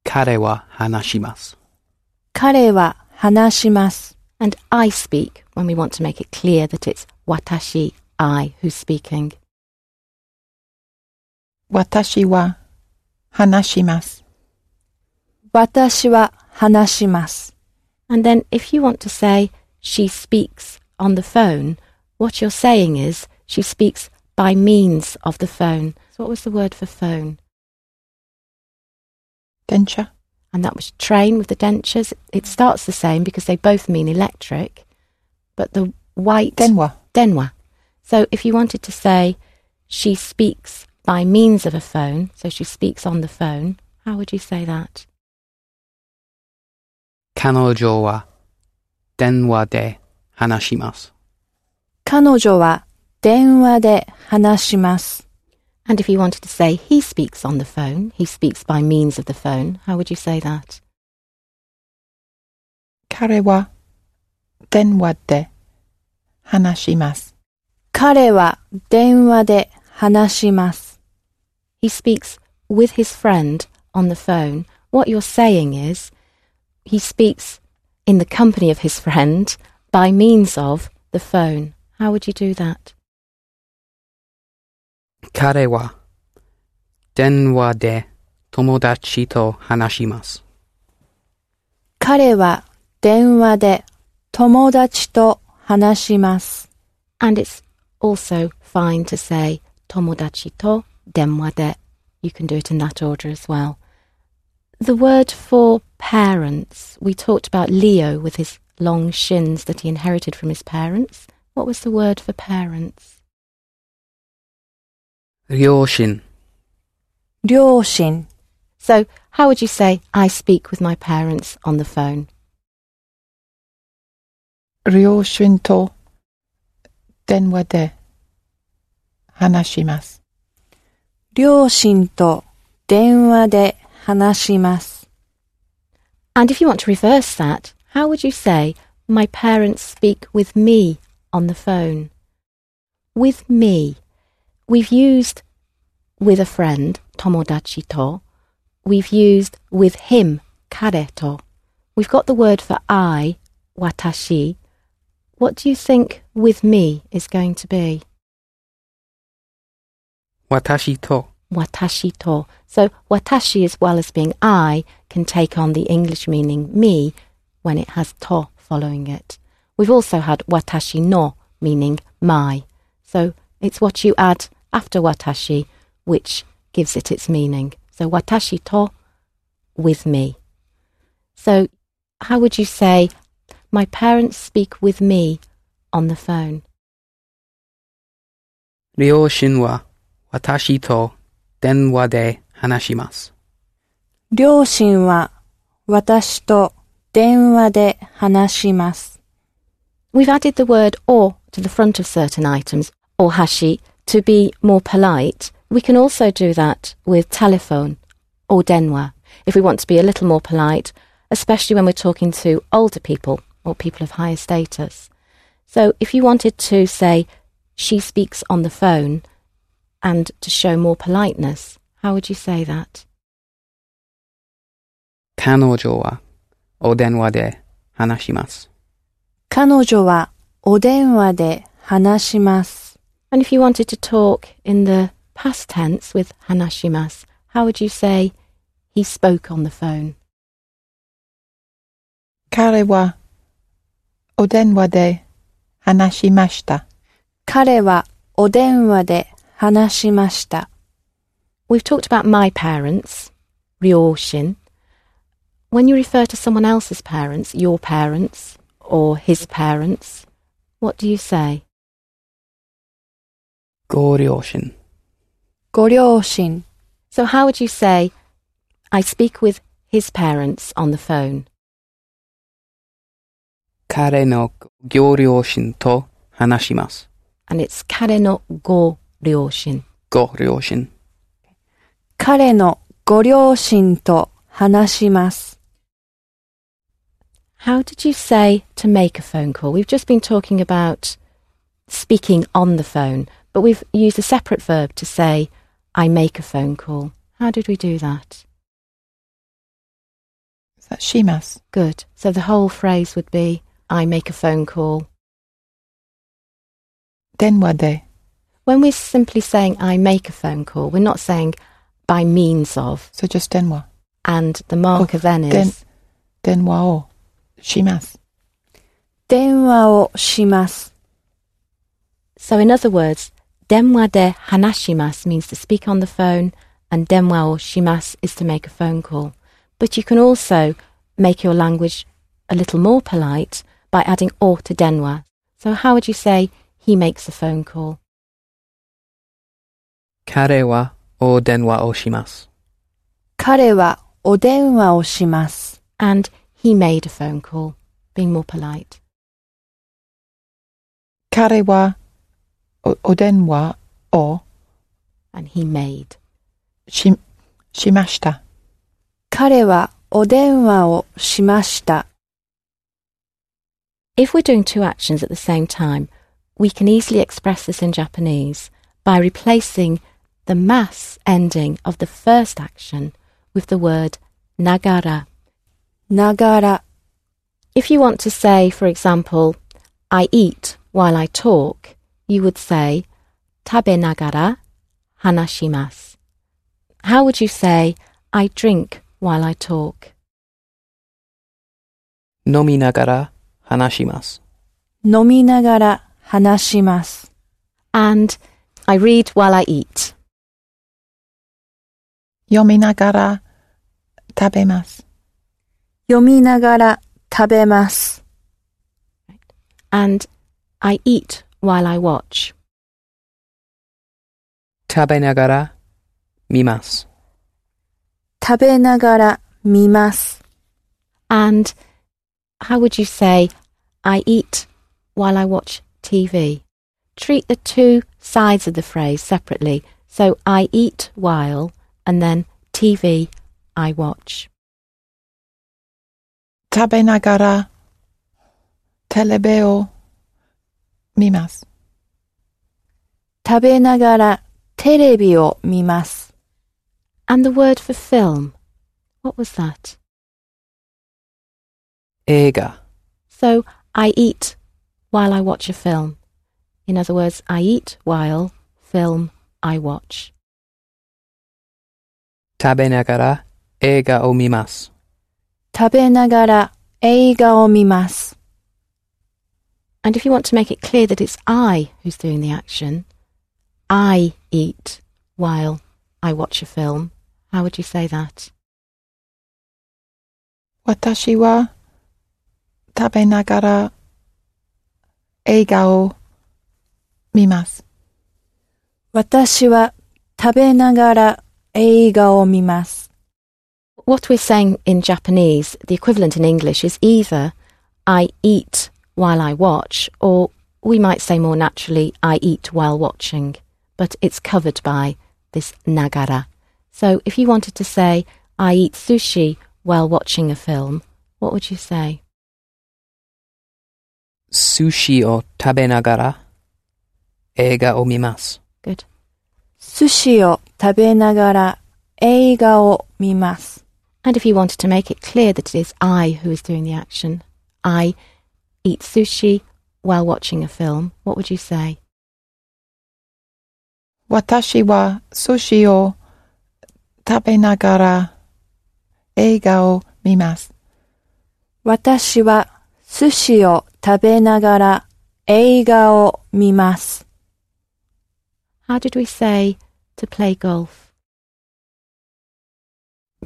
[SPEAKER 2] 彼は話します。
[SPEAKER 3] 彼は話します。
[SPEAKER 1] And I speak when we want to make it clear that it's watashi, I, who's speaking.
[SPEAKER 4] 私は話します。
[SPEAKER 3] 私は話します。
[SPEAKER 1] And then if you want to say she speaks on the phone, what you're saying is she speaks by means of the phone. So what was the word for phone?
[SPEAKER 4] 電車
[SPEAKER 1] And that was train with the dentures. It starts the same because they both mean electric, but the white
[SPEAKER 4] 電話
[SPEAKER 1] denwa. So if you wanted to say she speaks by means of a phone, so she speaks on the phone, how would you say that?
[SPEAKER 2] 彼女は電話で話します。
[SPEAKER 3] 彼女は電話で話します。
[SPEAKER 1] And if you wanted to say he speaks on the phone, he speaks by means of the phone, how would you say that?
[SPEAKER 4] 彼は電話で話します。
[SPEAKER 3] 彼は電話で話します。
[SPEAKER 1] He speaks with his friend on the phone. What you're saying is he speaks in the company of his friend by means of the phone. How would you do that?
[SPEAKER 2] 彼は電話で友達と話します。
[SPEAKER 3] 彼は電話で友達と話します。
[SPEAKER 1] And it's also fine to say tomodachi to denwa de. You can do it in that order as well. The word for parents, we talked about Leo with his long shins that he inherited from his parents. What was the word for parents?
[SPEAKER 2] 両親、
[SPEAKER 3] 両親、
[SPEAKER 1] So, how would you say, I speak with my parents on the phone?
[SPEAKER 4] 両親と電話で話します。
[SPEAKER 3] 両親と電話で話します。
[SPEAKER 1] And if you want to reverse that, how would you say, My parents speak with me on the phone? With me. We've used with a friend, tomodachi to. We've used with him, kare to. We've got the word for I, watashi. What do you think with me is going to be?
[SPEAKER 2] 私と
[SPEAKER 1] watashi to. So watashi, as well as being I, can take on the English meaning me when it has to following it. We've also had watashi no, meaning my. So it's what you add after watashi, which gives it its meaning. So watashi to, with me. So how would you say, my parents speak with me on the phone?
[SPEAKER 2] 両親は私と電話で話します。
[SPEAKER 3] 両親は私と電話で話します。
[SPEAKER 1] We've added the word or to the front of certain items, or hashi, to be more polite. We can also do that with telephone or denwa if we want to be a little more polite, especially when we're talking to older people or people of higher status. So if you wanted to say, she speaks on the phone, and to show more politeness, how would you say that?
[SPEAKER 2] 彼女はお電話で話します。
[SPEAKER 3] 彼女はお電話で話します。
[SPEAKER 1] And if you wanted to talk in the past tense with Hanashimas, how would you say he spoke on the phone?
[SPEAKER 4] 彼はお電話で話しました。
[SPEAKER 3] 彼はお電話で話しました。
[SPEAKER 1] We've talked about my parents, Ryoshin. When you refer to someone else's parents, your parents or his parents, what do you say?
[SPEAKER 2] ご両親、
[SPEAKER 3] ご両親、
[SPEAKER 1] So how would you say I speak with his parents on the phone?
[SPEAKER 2] 彼のご両親と話します。
[SPEAKER 1] And it's kare no go ryoshin.
[SPEAKER 2] ご両親。
[SPEAKER 3] 彼のご両親と話します。
[SPEAKER 1] How did you say to make a phone call? We've just been talking about speaking on the phone, but we've used a separate verb to say, I make a phone call. How did we do that?
[SPEAKER 4] さします。
[SPEAKER 1] Good. So the whole phrase would be, I make a phone call.
[SPEAKER 4] 電話で
[SPEAKER 1] When we're simply saying, I make a phone call, we're not saying by means of.
[SPEAKER 4] それ just 電話。
[SPEAKER 1] And the marker
[SPEAKER 4] Oh,
[SPEAKER 1] then is,
[SPEAKER 4] then- 電話をします。
[SPEAKER 3] 電話をします。
[SPEAKER 1] so in other words, denwa de hanashimas means to speak on the phone, and denwa or shimas is to make a phone call. But you can also make your language a little more polite by adding or to denwa. So how would you say, he makes a phone call?
[SPEAKER 2] 彼はお電話をします。
[SPEAKER 3] 彼はお電話をします。
[SPEAKER 1] and he made a phone call, being more polite.
[SPEAKER 4] 彼はおお電話を
[SPEAKER 1] And he made.
[SPEAKER 4] ししました。
[SPEAKER 3] 彼はお電話をしました。
[SPEAKER 1] If we're doing two actions at the same time, we can easily express this in Japanese by replacing the mas ending of the first action with the word nagara.
[SPEAKER 3] ながら、
[SPEAKER 1] If you want to say, for example, I eat while I talk, you would say tabe nagara hanashimasu. How would you say I drink while I talk?
[SPEAKER 2] 飲みながら話します。
[SPEAKER 3] 飲みながら話します。
[SPEAKER 1] and I read while I eat.
[SPEAKER 4] 読みながら食べます。
[SPEAKER 3] 読みながら食べます。
[SPEAKER 1] And I eat while I watch.
[SPEAKER 2] 食べながら見ます。
[SPEAKER 3] 食べながら見ます。
[SPEAKER 1] And how would you say, I eat while I watch TV? Treat the two sides of the phrase separately. So I eat while and then TV I watch.
[SPEAKER 4] 食べながらテレビを見ます。
[SPEAKER 3] 食べながらテレビを見ます。
[SPEAKER 1] And the word for film, what was that?
[SPEAKER 2] 映画、
[SPEAKER 1] So I eat while I watch a film. In other words, I eat while film I watch.
[SPEAKER 2] 食べながら映画を見ます。
[SPEAKER 3] 食べながら映画を見ます。
[SPEAKER 1] And if you want to make it clear that it's I who's doing the action, I eat while I watch a film, how would you say that?
[SPEAKER 4] 私は食べながら映画を見ます。
[SPEAKER 3] 私は食べながら映画を見ます。
[SPEAKER 1] what we're saying in Japanese, the equivalent in English is either I eat while I watch, or we might say more naturally, I eat while watching, but it's covered by this nagara. So if you wanted to say, I eat sushi while watching a film, what would you say?
[SPEAKER 2] 寿司を食べながら映画を見ます。
[SPEAKER 1] Good.
[SPEAKER 3] 寿司を食べながら映画を見ます。
[SPEAKER 1] And if you wanted to make it clear that it is I who is doing the action, I eat sushi while watching a film, what would you say?
[SPEAKER 4] 私は寿司を食べながら映画を見ます。
[SPEAKER 3] 私は寿司を食べながら映画を見ます。
[SPEAKER 1] How did we say to play golf?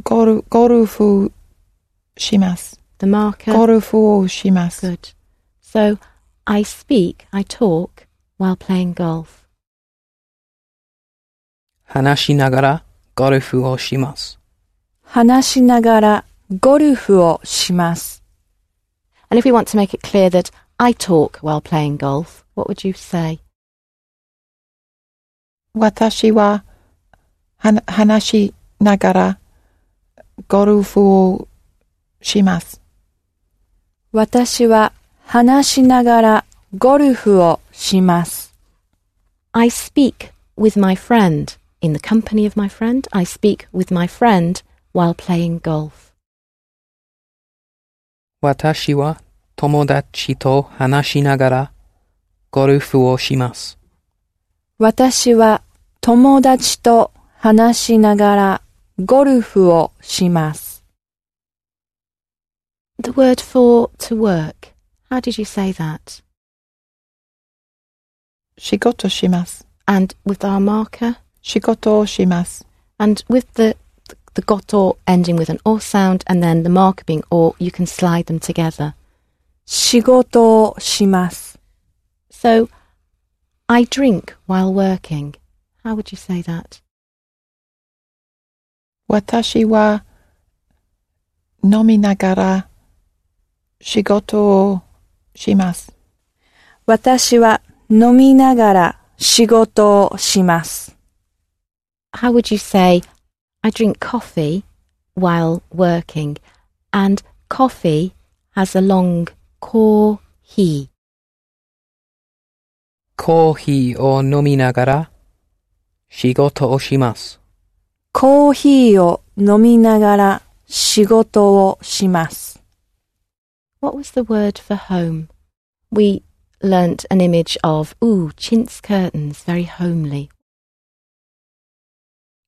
[SPEAKER 4] ゴルゴルフします。
[SPEAKER 1] The marker?
[SPEAKER 4] ゴルフをします。
[SPEAKER 1] Good. So I speak, I talk while playing golf.
[SPEAKER 2] 話しながらゴルフをします。
[SPEAKER 3] 話しながらゴルフをします。
[SPEAKER 1] And if we want to make it clear that I talk while playing golf, what would you say?
[SPEAKER 4] 私ははな話しながらゴルフをします。
[SPEAKER 3] 私は話しながらゴルフをします。
[SPEAKER 1] I speak with my friend. In the company of my friend, I speak with my friend while playing golf.
[SPEAKER 2] 私は友達と話しながらゴルフをします。
[SPEAKER 3] 私は友達と話しながらゴルフをします。
[SPEAKER 1] The word for to work. How did you say that?
[SPEAKER 4] 仕事します。
[SPEAKER 1] And with our marker?
[SPEAKER 4] 仕事をします。
[SPEAKER 1] And with the the got or ending with an or sound and then the marker being or, you can slide them together.
[SPEAKER 3] 仕事をします。
[SPEAKER 1] So, I drink while working. How would you say that?
[SPEAKER 4] 私は飲みながら仕事をします。
[SPEAKER 3] 私は飲みながら仕事をします。
[SPEAKER 1] How would you say, I drink coffee while working? And coffee has a long ko he.
[SPEAKER 2] コーヒーを飲みながら仕事をします。
[SPEAKER 3] コーヒーを飲みながら仕事をします。
[SPEAKER 1] What was the word for home? We learnt an image of, ooh, chintz curtains, very homely,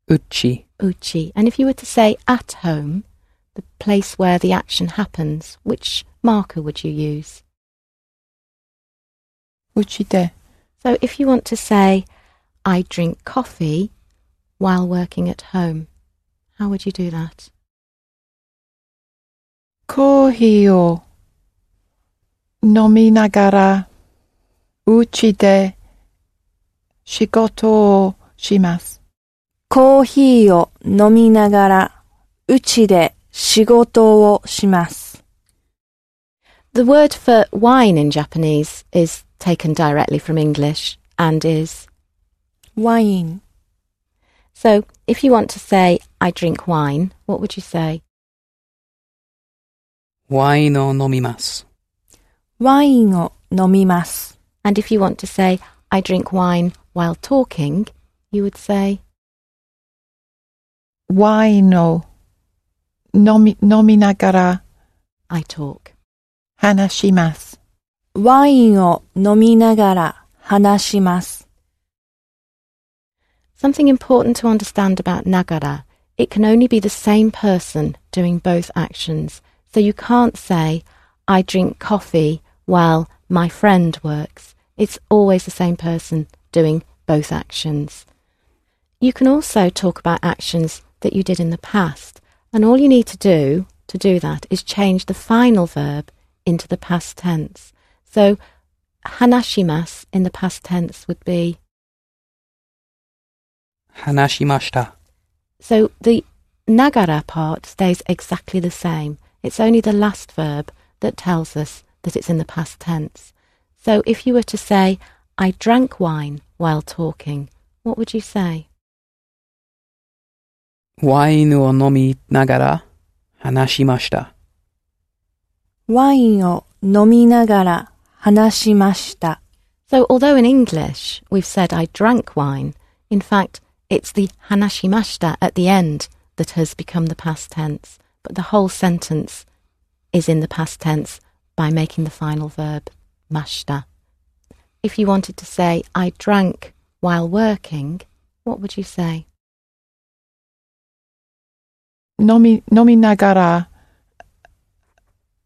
[SPEAKER 2] うち、
[SPEAKER 1] uchi. And if you were to say at home, the place where the action happens, which marker would you use?
[SPEAKER 4] うちで
[SPEAKER 1] So if you want to say, I drink coffee while working at home, how would you do that?
[SPEAKER 4] コーヒーを飲みながらうちで仕事をします。
[SPEAKER 3] コーヒーを飲みながらうちで仕事をします。
[SPEAKER 1] The word for wine in Japanese is taken directly from English and is.
[SPEAKER 3] ワイン。
[SPEAKER 1] So if you want to say, I drink wine, what would you say?
[SPEAKER 2] ワインを飲みます。
[SPEAKER 3] ワインを飲みます。
[SPEAKER 1] And if you want to say, I drink wine while talking, you would say,
[SPEAKER 4] ワインを飲み飲みながら
[SPEAKER 1] I talk.
[SPEAKER 4] 話します。
[SPEAKER 3] ワインを飲みながら話します。
[SPEAKER 1] Something important to understand about nagara, it can only be the same person doing both actions. So you can't say, I drink coffee while my friend works. It's always the same person doing both actions. You can also talk about actions that you did in the past. And all you need to do to do that is change the final verb into the past tense. So hanashimas in the past tense would be
[SPEAKER 2] 話しました。
[SPEAKER 1] So the nagara part stays exactly the same. It's only the last verb that tells us that it's in the past tense. So if you were to say, I drank wine while talking, what would you say?
[SPEAKER 2] ワインを飲みながら話しました。
[SPEAKER 3] ワインを飲みながら話しました。
[SPEAKER 1] So although in English we've said I drank wine, in fact it's the hanashimashita at the end that has become the past tense, but the whole sentence is in the past tense by making the final verb mashita. If you wanted to say I drank while working, what would you say?
[SPEAKER 4] 飲み、飲みながら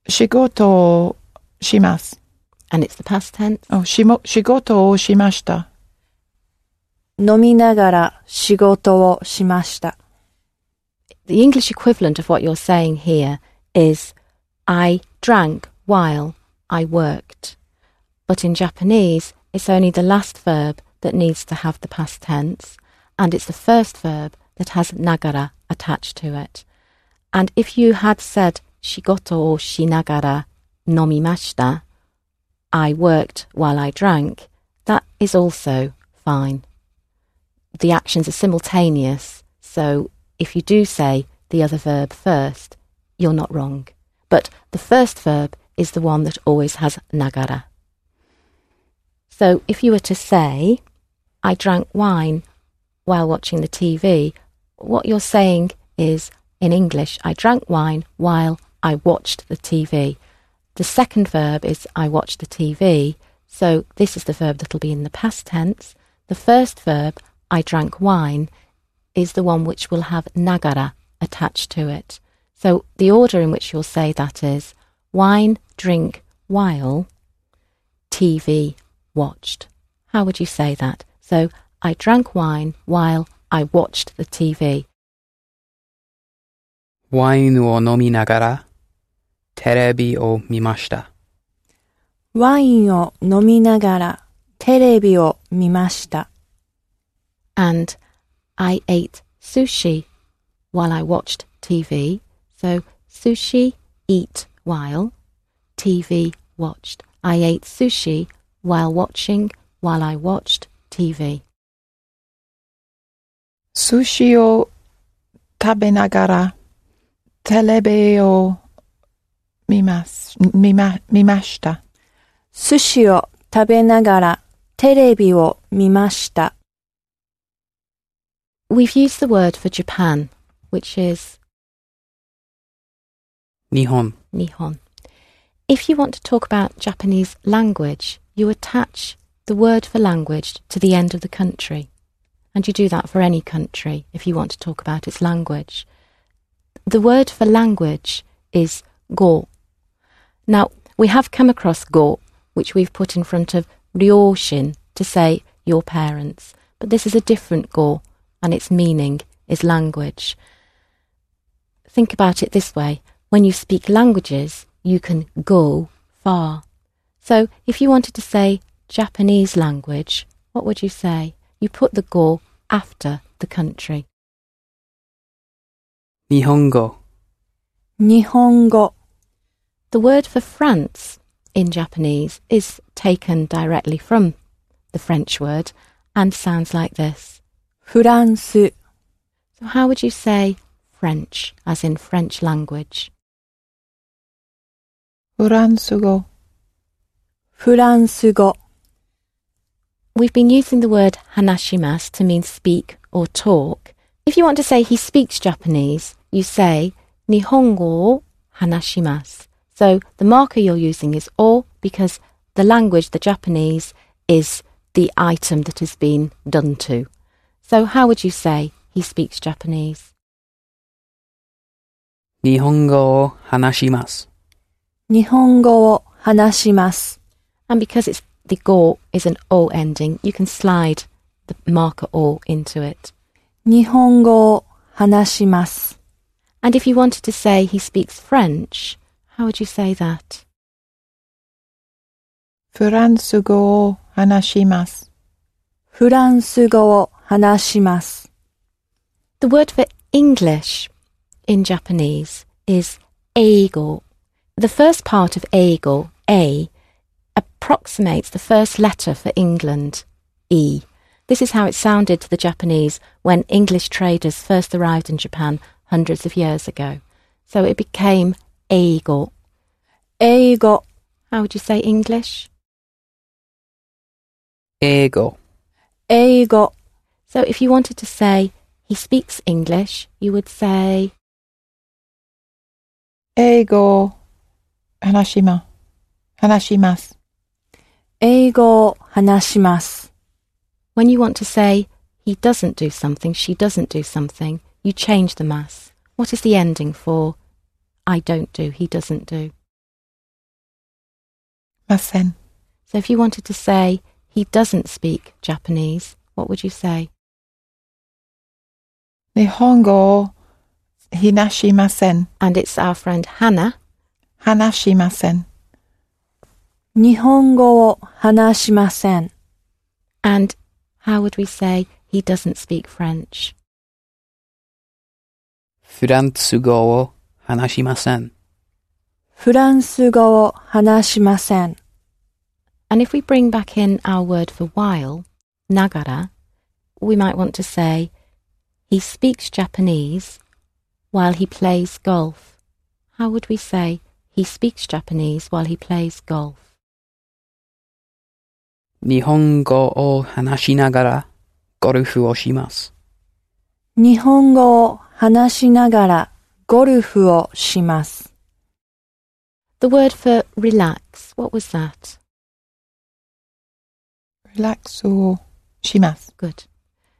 [SPEAKER 4] 仕事をします。
[SPEAKER 1] And it's the past tense.
[SPEAKER 4] おしも仕事をしました。
[SPEAKER 3] 飲みながら仕事をしました。
[SPEAKER 1] The English equivalent of what you're saying here is I drank while I worked. But in Japanese, it's only the last verb that needs to have the past tense, and it's the first verb that has nagara attached to it. And if you had said shigoto or shinagara nomimashita, I worked while I drank, that is also fine the actions are simultaneous. So if you do say the other verb first, you're not wrong. But the first verb is the one that always has nagara. So if you were to say, I drank wine while watching the TV, what you're saying is in English, I drank wine while I watched the TV. The second verb is I watched the TV. So this is the verb that'll be in the past tense. The first verb, I drank wine, is the one which will have nagara attached to it. So the order in which you'll say that is wine, drink, while, TV, watched. How would you say that? So I drank wine while I watched the TV.
[SPEAKER 2] ワインを飲みながらテレビを見ました。
[SPEAKER 3] ワインを飲みながらテレビを見ました。
[SPEAKER 1] and I ate sushi while I watched TV. So sushi, eat while, TV, watched. I ate sushi while watching, while I watched TV.
[SPEAKER 4] 寿司を食べながらテレビを見ます。見ま、見ました。
[SPEAKER 3] 寿司を食べながらテレビを見ました。
[SPEAKER 1] We've used the word for Japan, which is
[SPEAKER 2] 日本
[SPEAKER 1] Nihon. If you want to talk about Japanese language, you attach the word for language to the end of the country. And you do that for any country if you want to talk about its language. The word for language is go. Now, we have come across go, which we've put in front of ryoshin to say your parents. But this is a different go, and its meaning is language. Think about it this way when you speak languages, you can go far. So if you wanted to say Japanese language, what would you say? You put the go after the country.
[SPEAKER 2] 日本語
[SPEAKER 3] 日本語、
[SPEAKER 1] The word for France in Japanese is taken directly from the French word and sounds like this.
[SPEAKER 3] フランス、
[SPEAKER 1] So how would you say French, as in French language?
[SPEAKER 4] フランス語、
[SPEAKER 3] フランス語、
[SPEAKER 1] We've been using the word hanashimas to mean speak or talk. If you want to say he speaks Japanese, you say nihongo o hanashimas. So the marker you're using is o because the language, the Japanese, is the item that has been done to. So how would you say he speaks Japanese?
[SPEAKER 2] 日本語を話します。
[SPEAKER 3] 日本語を話します。
[SPEAKER 1] And because it's the go is an o ending, you can slide the marker o into it.
[SPEAKER 3] 日本語を話します。
[SPEAKER 1] And if you wanted to say he speaks French, how would you say that?
[SPEAKER 4] フランス語を話します。
[SPEAKER 3] フランス語を話します。
[SPEAKER 1] The word for English in Japanese is eigo. The first part of eigo, A, approximates the first letter for England, E. This is how it sounded to the Japanese when English traders first arrived in Japan hundreds of years ago. So it became eigo.
[SPEAKER 3] 英語、
[SPEAKER 1] How would you say English?
[SPEAKER 2] ego,
[SPEAKER 3] 英語、
[SPEAKER 1] So if you wanted to say he speaks English, you would say
[SPEAKER 4] 英語を話しま、話します。
[SPEAKER 3] 英語を話します。
[SPEAKER 1] When you want to say he doesn't do something, she doesn't do something, you change the mass. What is the ending for I don't do, he doesn't do?
[SPEAKER 4] ません。
[SPEAKER 1] So if you wanted to say he doesn't speak Japanese, what would you say?
[SPEAKER 4] 日本語を話しません。
[SPEAKER 1] And it's our friend Hannah.
[SPEAKER 4] 話しません。
[SPEAKER 3] 日本語を話しません。
[SPEAKER 1] And how would we say he doesn't speak French?
[SPEAKER 2] フランス語を話しません。
[SPEAKER 3] フランス語を話しません。
[SPEAKER 1] And if we bring back in our word for while, nagara, we might want to say he speaks Japanese while he plays golf. How would we say he speaks Japanese while he plays golf?
[SPEAKER 2] 日本語を話しながらゴルフをします。
[SPEAKER 3] 日本語を話しながらゴルフをします。
[SPEAKER 1] The word for relax, what was that?
[SPEAKER 4] リラックスをします。
[SPEAKER 1] Good.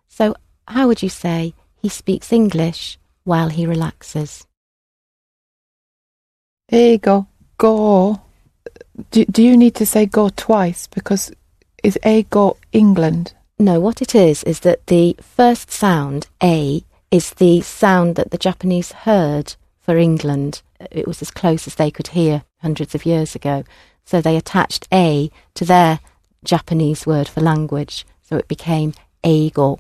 [SPEAKER 1] So how would you say he speaks English while he relaxes?
[SPEAKER 4] 英語、語を。Do, do you need to say go twice? Because is 英語 England?
[SPEAKER 1] No, what it is is that the first sound, A, is the sound that the Japanese heard for England. It was as close as they could hear hundreds of years ago. So they attached A to their Japanese word for language. So it became Eigo.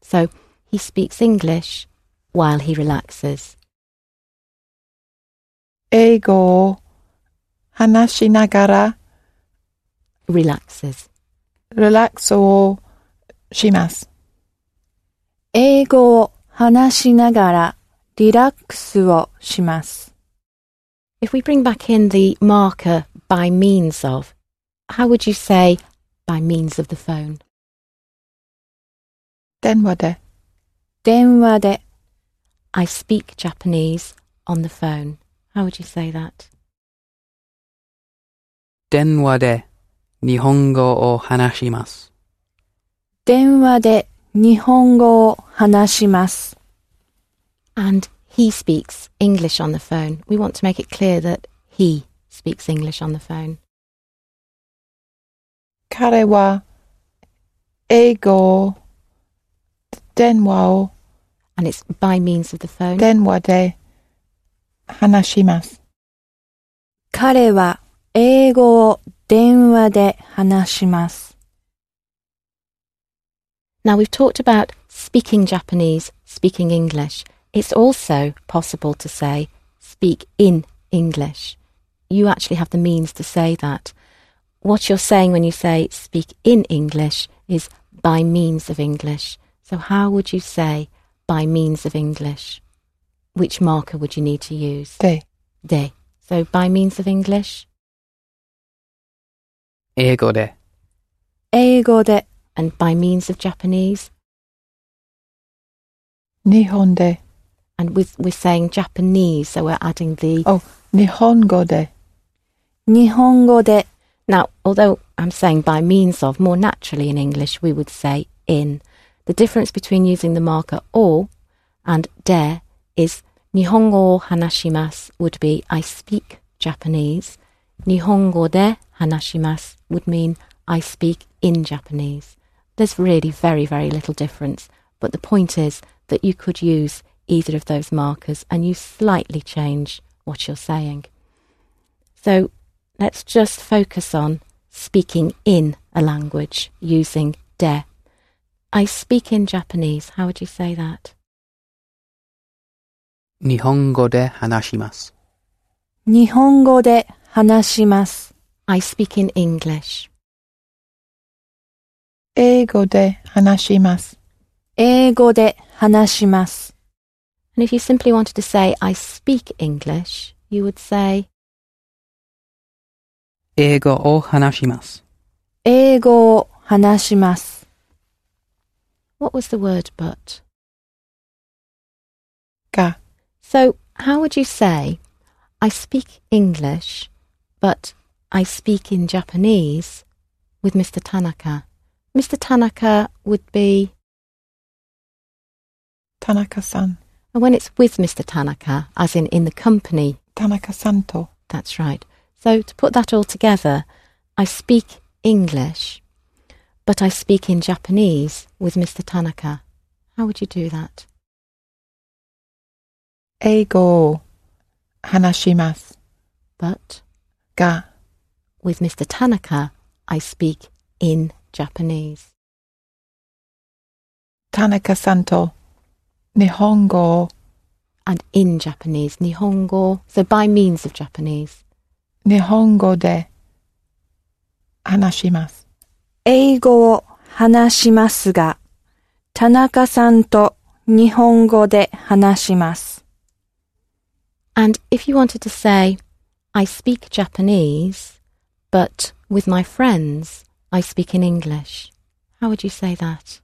[SPEAKER 1] So he speaks English while he relaxes.
[SPEAKER 4] 英語を話しながら
[SPEAKER 1] Relaxes.
[SPEAKER 4] リラックスをします。
[SPEAKER 3] 英語を話しながらリラックスをします。
[SPEAKER 1] If we bring back in the marker by means of, how would you say by means of the phone?
[SPEAKER 4] 電話で
[SPEAKER 3] 電話で
[SPEAKER 1] I speak Japanese on the phone. How would you say that?
[SPEAKER 2] 電話で日本語を話します。
[SPEAKER 3] 電話で日本語を話します。
[SPEAKER 1] And he speaks English on the phone. We want to make it clear that he speaks English on the phone.
[SPEAKER 4] 彼は英語を電話を
[SPEAKER 1] And it's by means of the phone.
[SPEAKER 4] 電話で話します。
[SPEAKER 3] 彼は英語を電話で話します。
[SPEAKER 1] Now, we've talked about speaking Japanese, speaking English. It's also possible to say speak in English. You actually have the means to say that. What you're saying when you say speak in English is by means of English. So, how would you say by means of English? Which marker would you need to use?
[SPEAKER 4] で
[SPEAKER 1] De. So, by means of English
[SPEAKER 2] 英語で
[SPEAKER 3] 英語で
[SPEAKER 1] and by means of Japanese.
[SPEAKER 4] 日本で
[SPEAKER 1] And with, we're saying Japanese, so we're adding the
[SPEAKER 4] お日本語で
[SPEAKER 3] 日本語で
[SPEAKER 1] Now, although I'm saying by means of, more naturally in English we would say in. The difference between using the marker or and de is Nihongo o hanashimasu would be I speak Japanese. Nihongo de hanashimasu would mean I speak in Japanese. There's really very, very little difference, but the point is that you could use either of those markers and you slightly change what you're saying. So let's just focus on speaking in a language using de. I speak in Japanese. How would you say that?
[SPEAKER 2] 日本語で話します。
[SPEAKER 3] 日本語で話します。
[SPEAKER 1] I speak in English.
[SPEAKER 4] 英語で話します。
[SPEAKER 3] 英語で話します。
[SPEAKER 1] And if you simply wanted to say, I speak English, you would say,
[SPEAKER 2] 英語を話します。
[SPEAKER 3] 英語を話します。
[SPEAKER 1] what was the word but?
[SPEAKER 4] が
[SPEAKER 1] So how would you say, I speak English, but I speak in Japanese with Mr. Tanaka? Mr. Tanaka would be,
[SPEAKER 4] 田中さん、
[SPEAKER 1] and when it's with Mr. Tanaka, as in in the company,
[SPEAKER 4] 田中さんと
[SPEAKER 1] That's right. So to put that all together, I speak English, but I speak in Japanese with Mr. Tanaka. How would you do that?
[SPEAKER 4] 英語を話します
[SPEAKER 1] But
[SPEAKER 4] が
[SPEAKER 1] with Mr. Tanaka, I speak in Japanese.
[SPEAKER 4] 田中さんと日本語を
[SPEAKER 1] And in Japanese, Nihongo, so by means of Japanese.
[SPEAKER 4] 日本語で話します。
[SPEAKER 3] 英語を話しますが、田中さんと日本語で話します。
[SPEAKER 1] And if you wanted to say, I speak Japanese, but with my friends, I speak in English, how would you say that?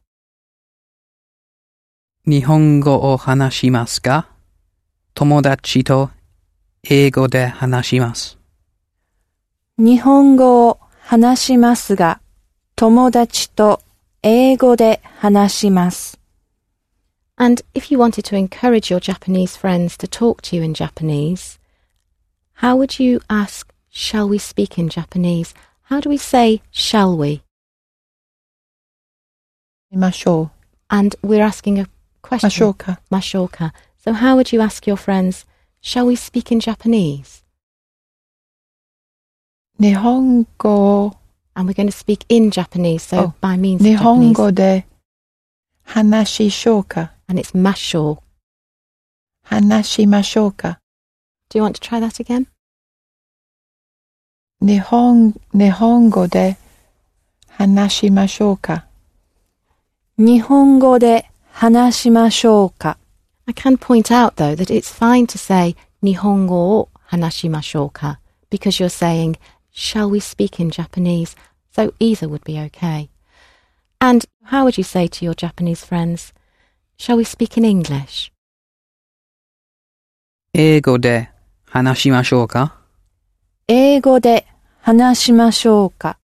[SPEAKER 2] 日本語を話しますか友達と英語で話します。
[SPEAKER 3] 日本語を話しますが、友達と英語で話します。
[SPEAKER 1] And if you wanted to encourage your Japanese friends to talk to you in Japanese, how would you ask, shall we speak in Japanese? How do we say, shall we?
[SPEAKER 4] いましょ
[SPEAKER 1] And we're asking a
[SPEAKER 4] う。ましょう
[SPEAKER 1] question.
[SPEAKER 4] か。
[SPEAKER 1] Mashoka. So how would you ask your friends, shall we speak in Japanese?
[SPEAKER 4] 日本語を
[SPEAKER 1] And we're going to speak in Japanese, so
[SPEAKER 4] Oh,
[SPEAKER 1] by means
[SPEAKER 4] 日
[SPEAKER 1] of
[SPEAKER 4] 本
[SPEAKER 1] Japanese.
[SPEAKER 4] 語で話ししょうか。
[SPEAKER 1] And it's masho.
[SPEAKER 4] 話しましょうか。
[SPEAKER 1] Do you want to try that again?
[SPEAKER 4] 日本日本語で話しましょうか。
[SPEAKER 3] 日本語で話しましょうか。
[SPEAKER 1] I can point out, though, that it's fine to say Nihongo o hanashimashou ka because you're saying, shall we speak in Japanese? So either would be okay. And how would you say to your Japanese friends, shall we speak in English?
[SPEAKER 2] 英語で話しましょうか
[SPEAKER 3] 英語で話しましょうか。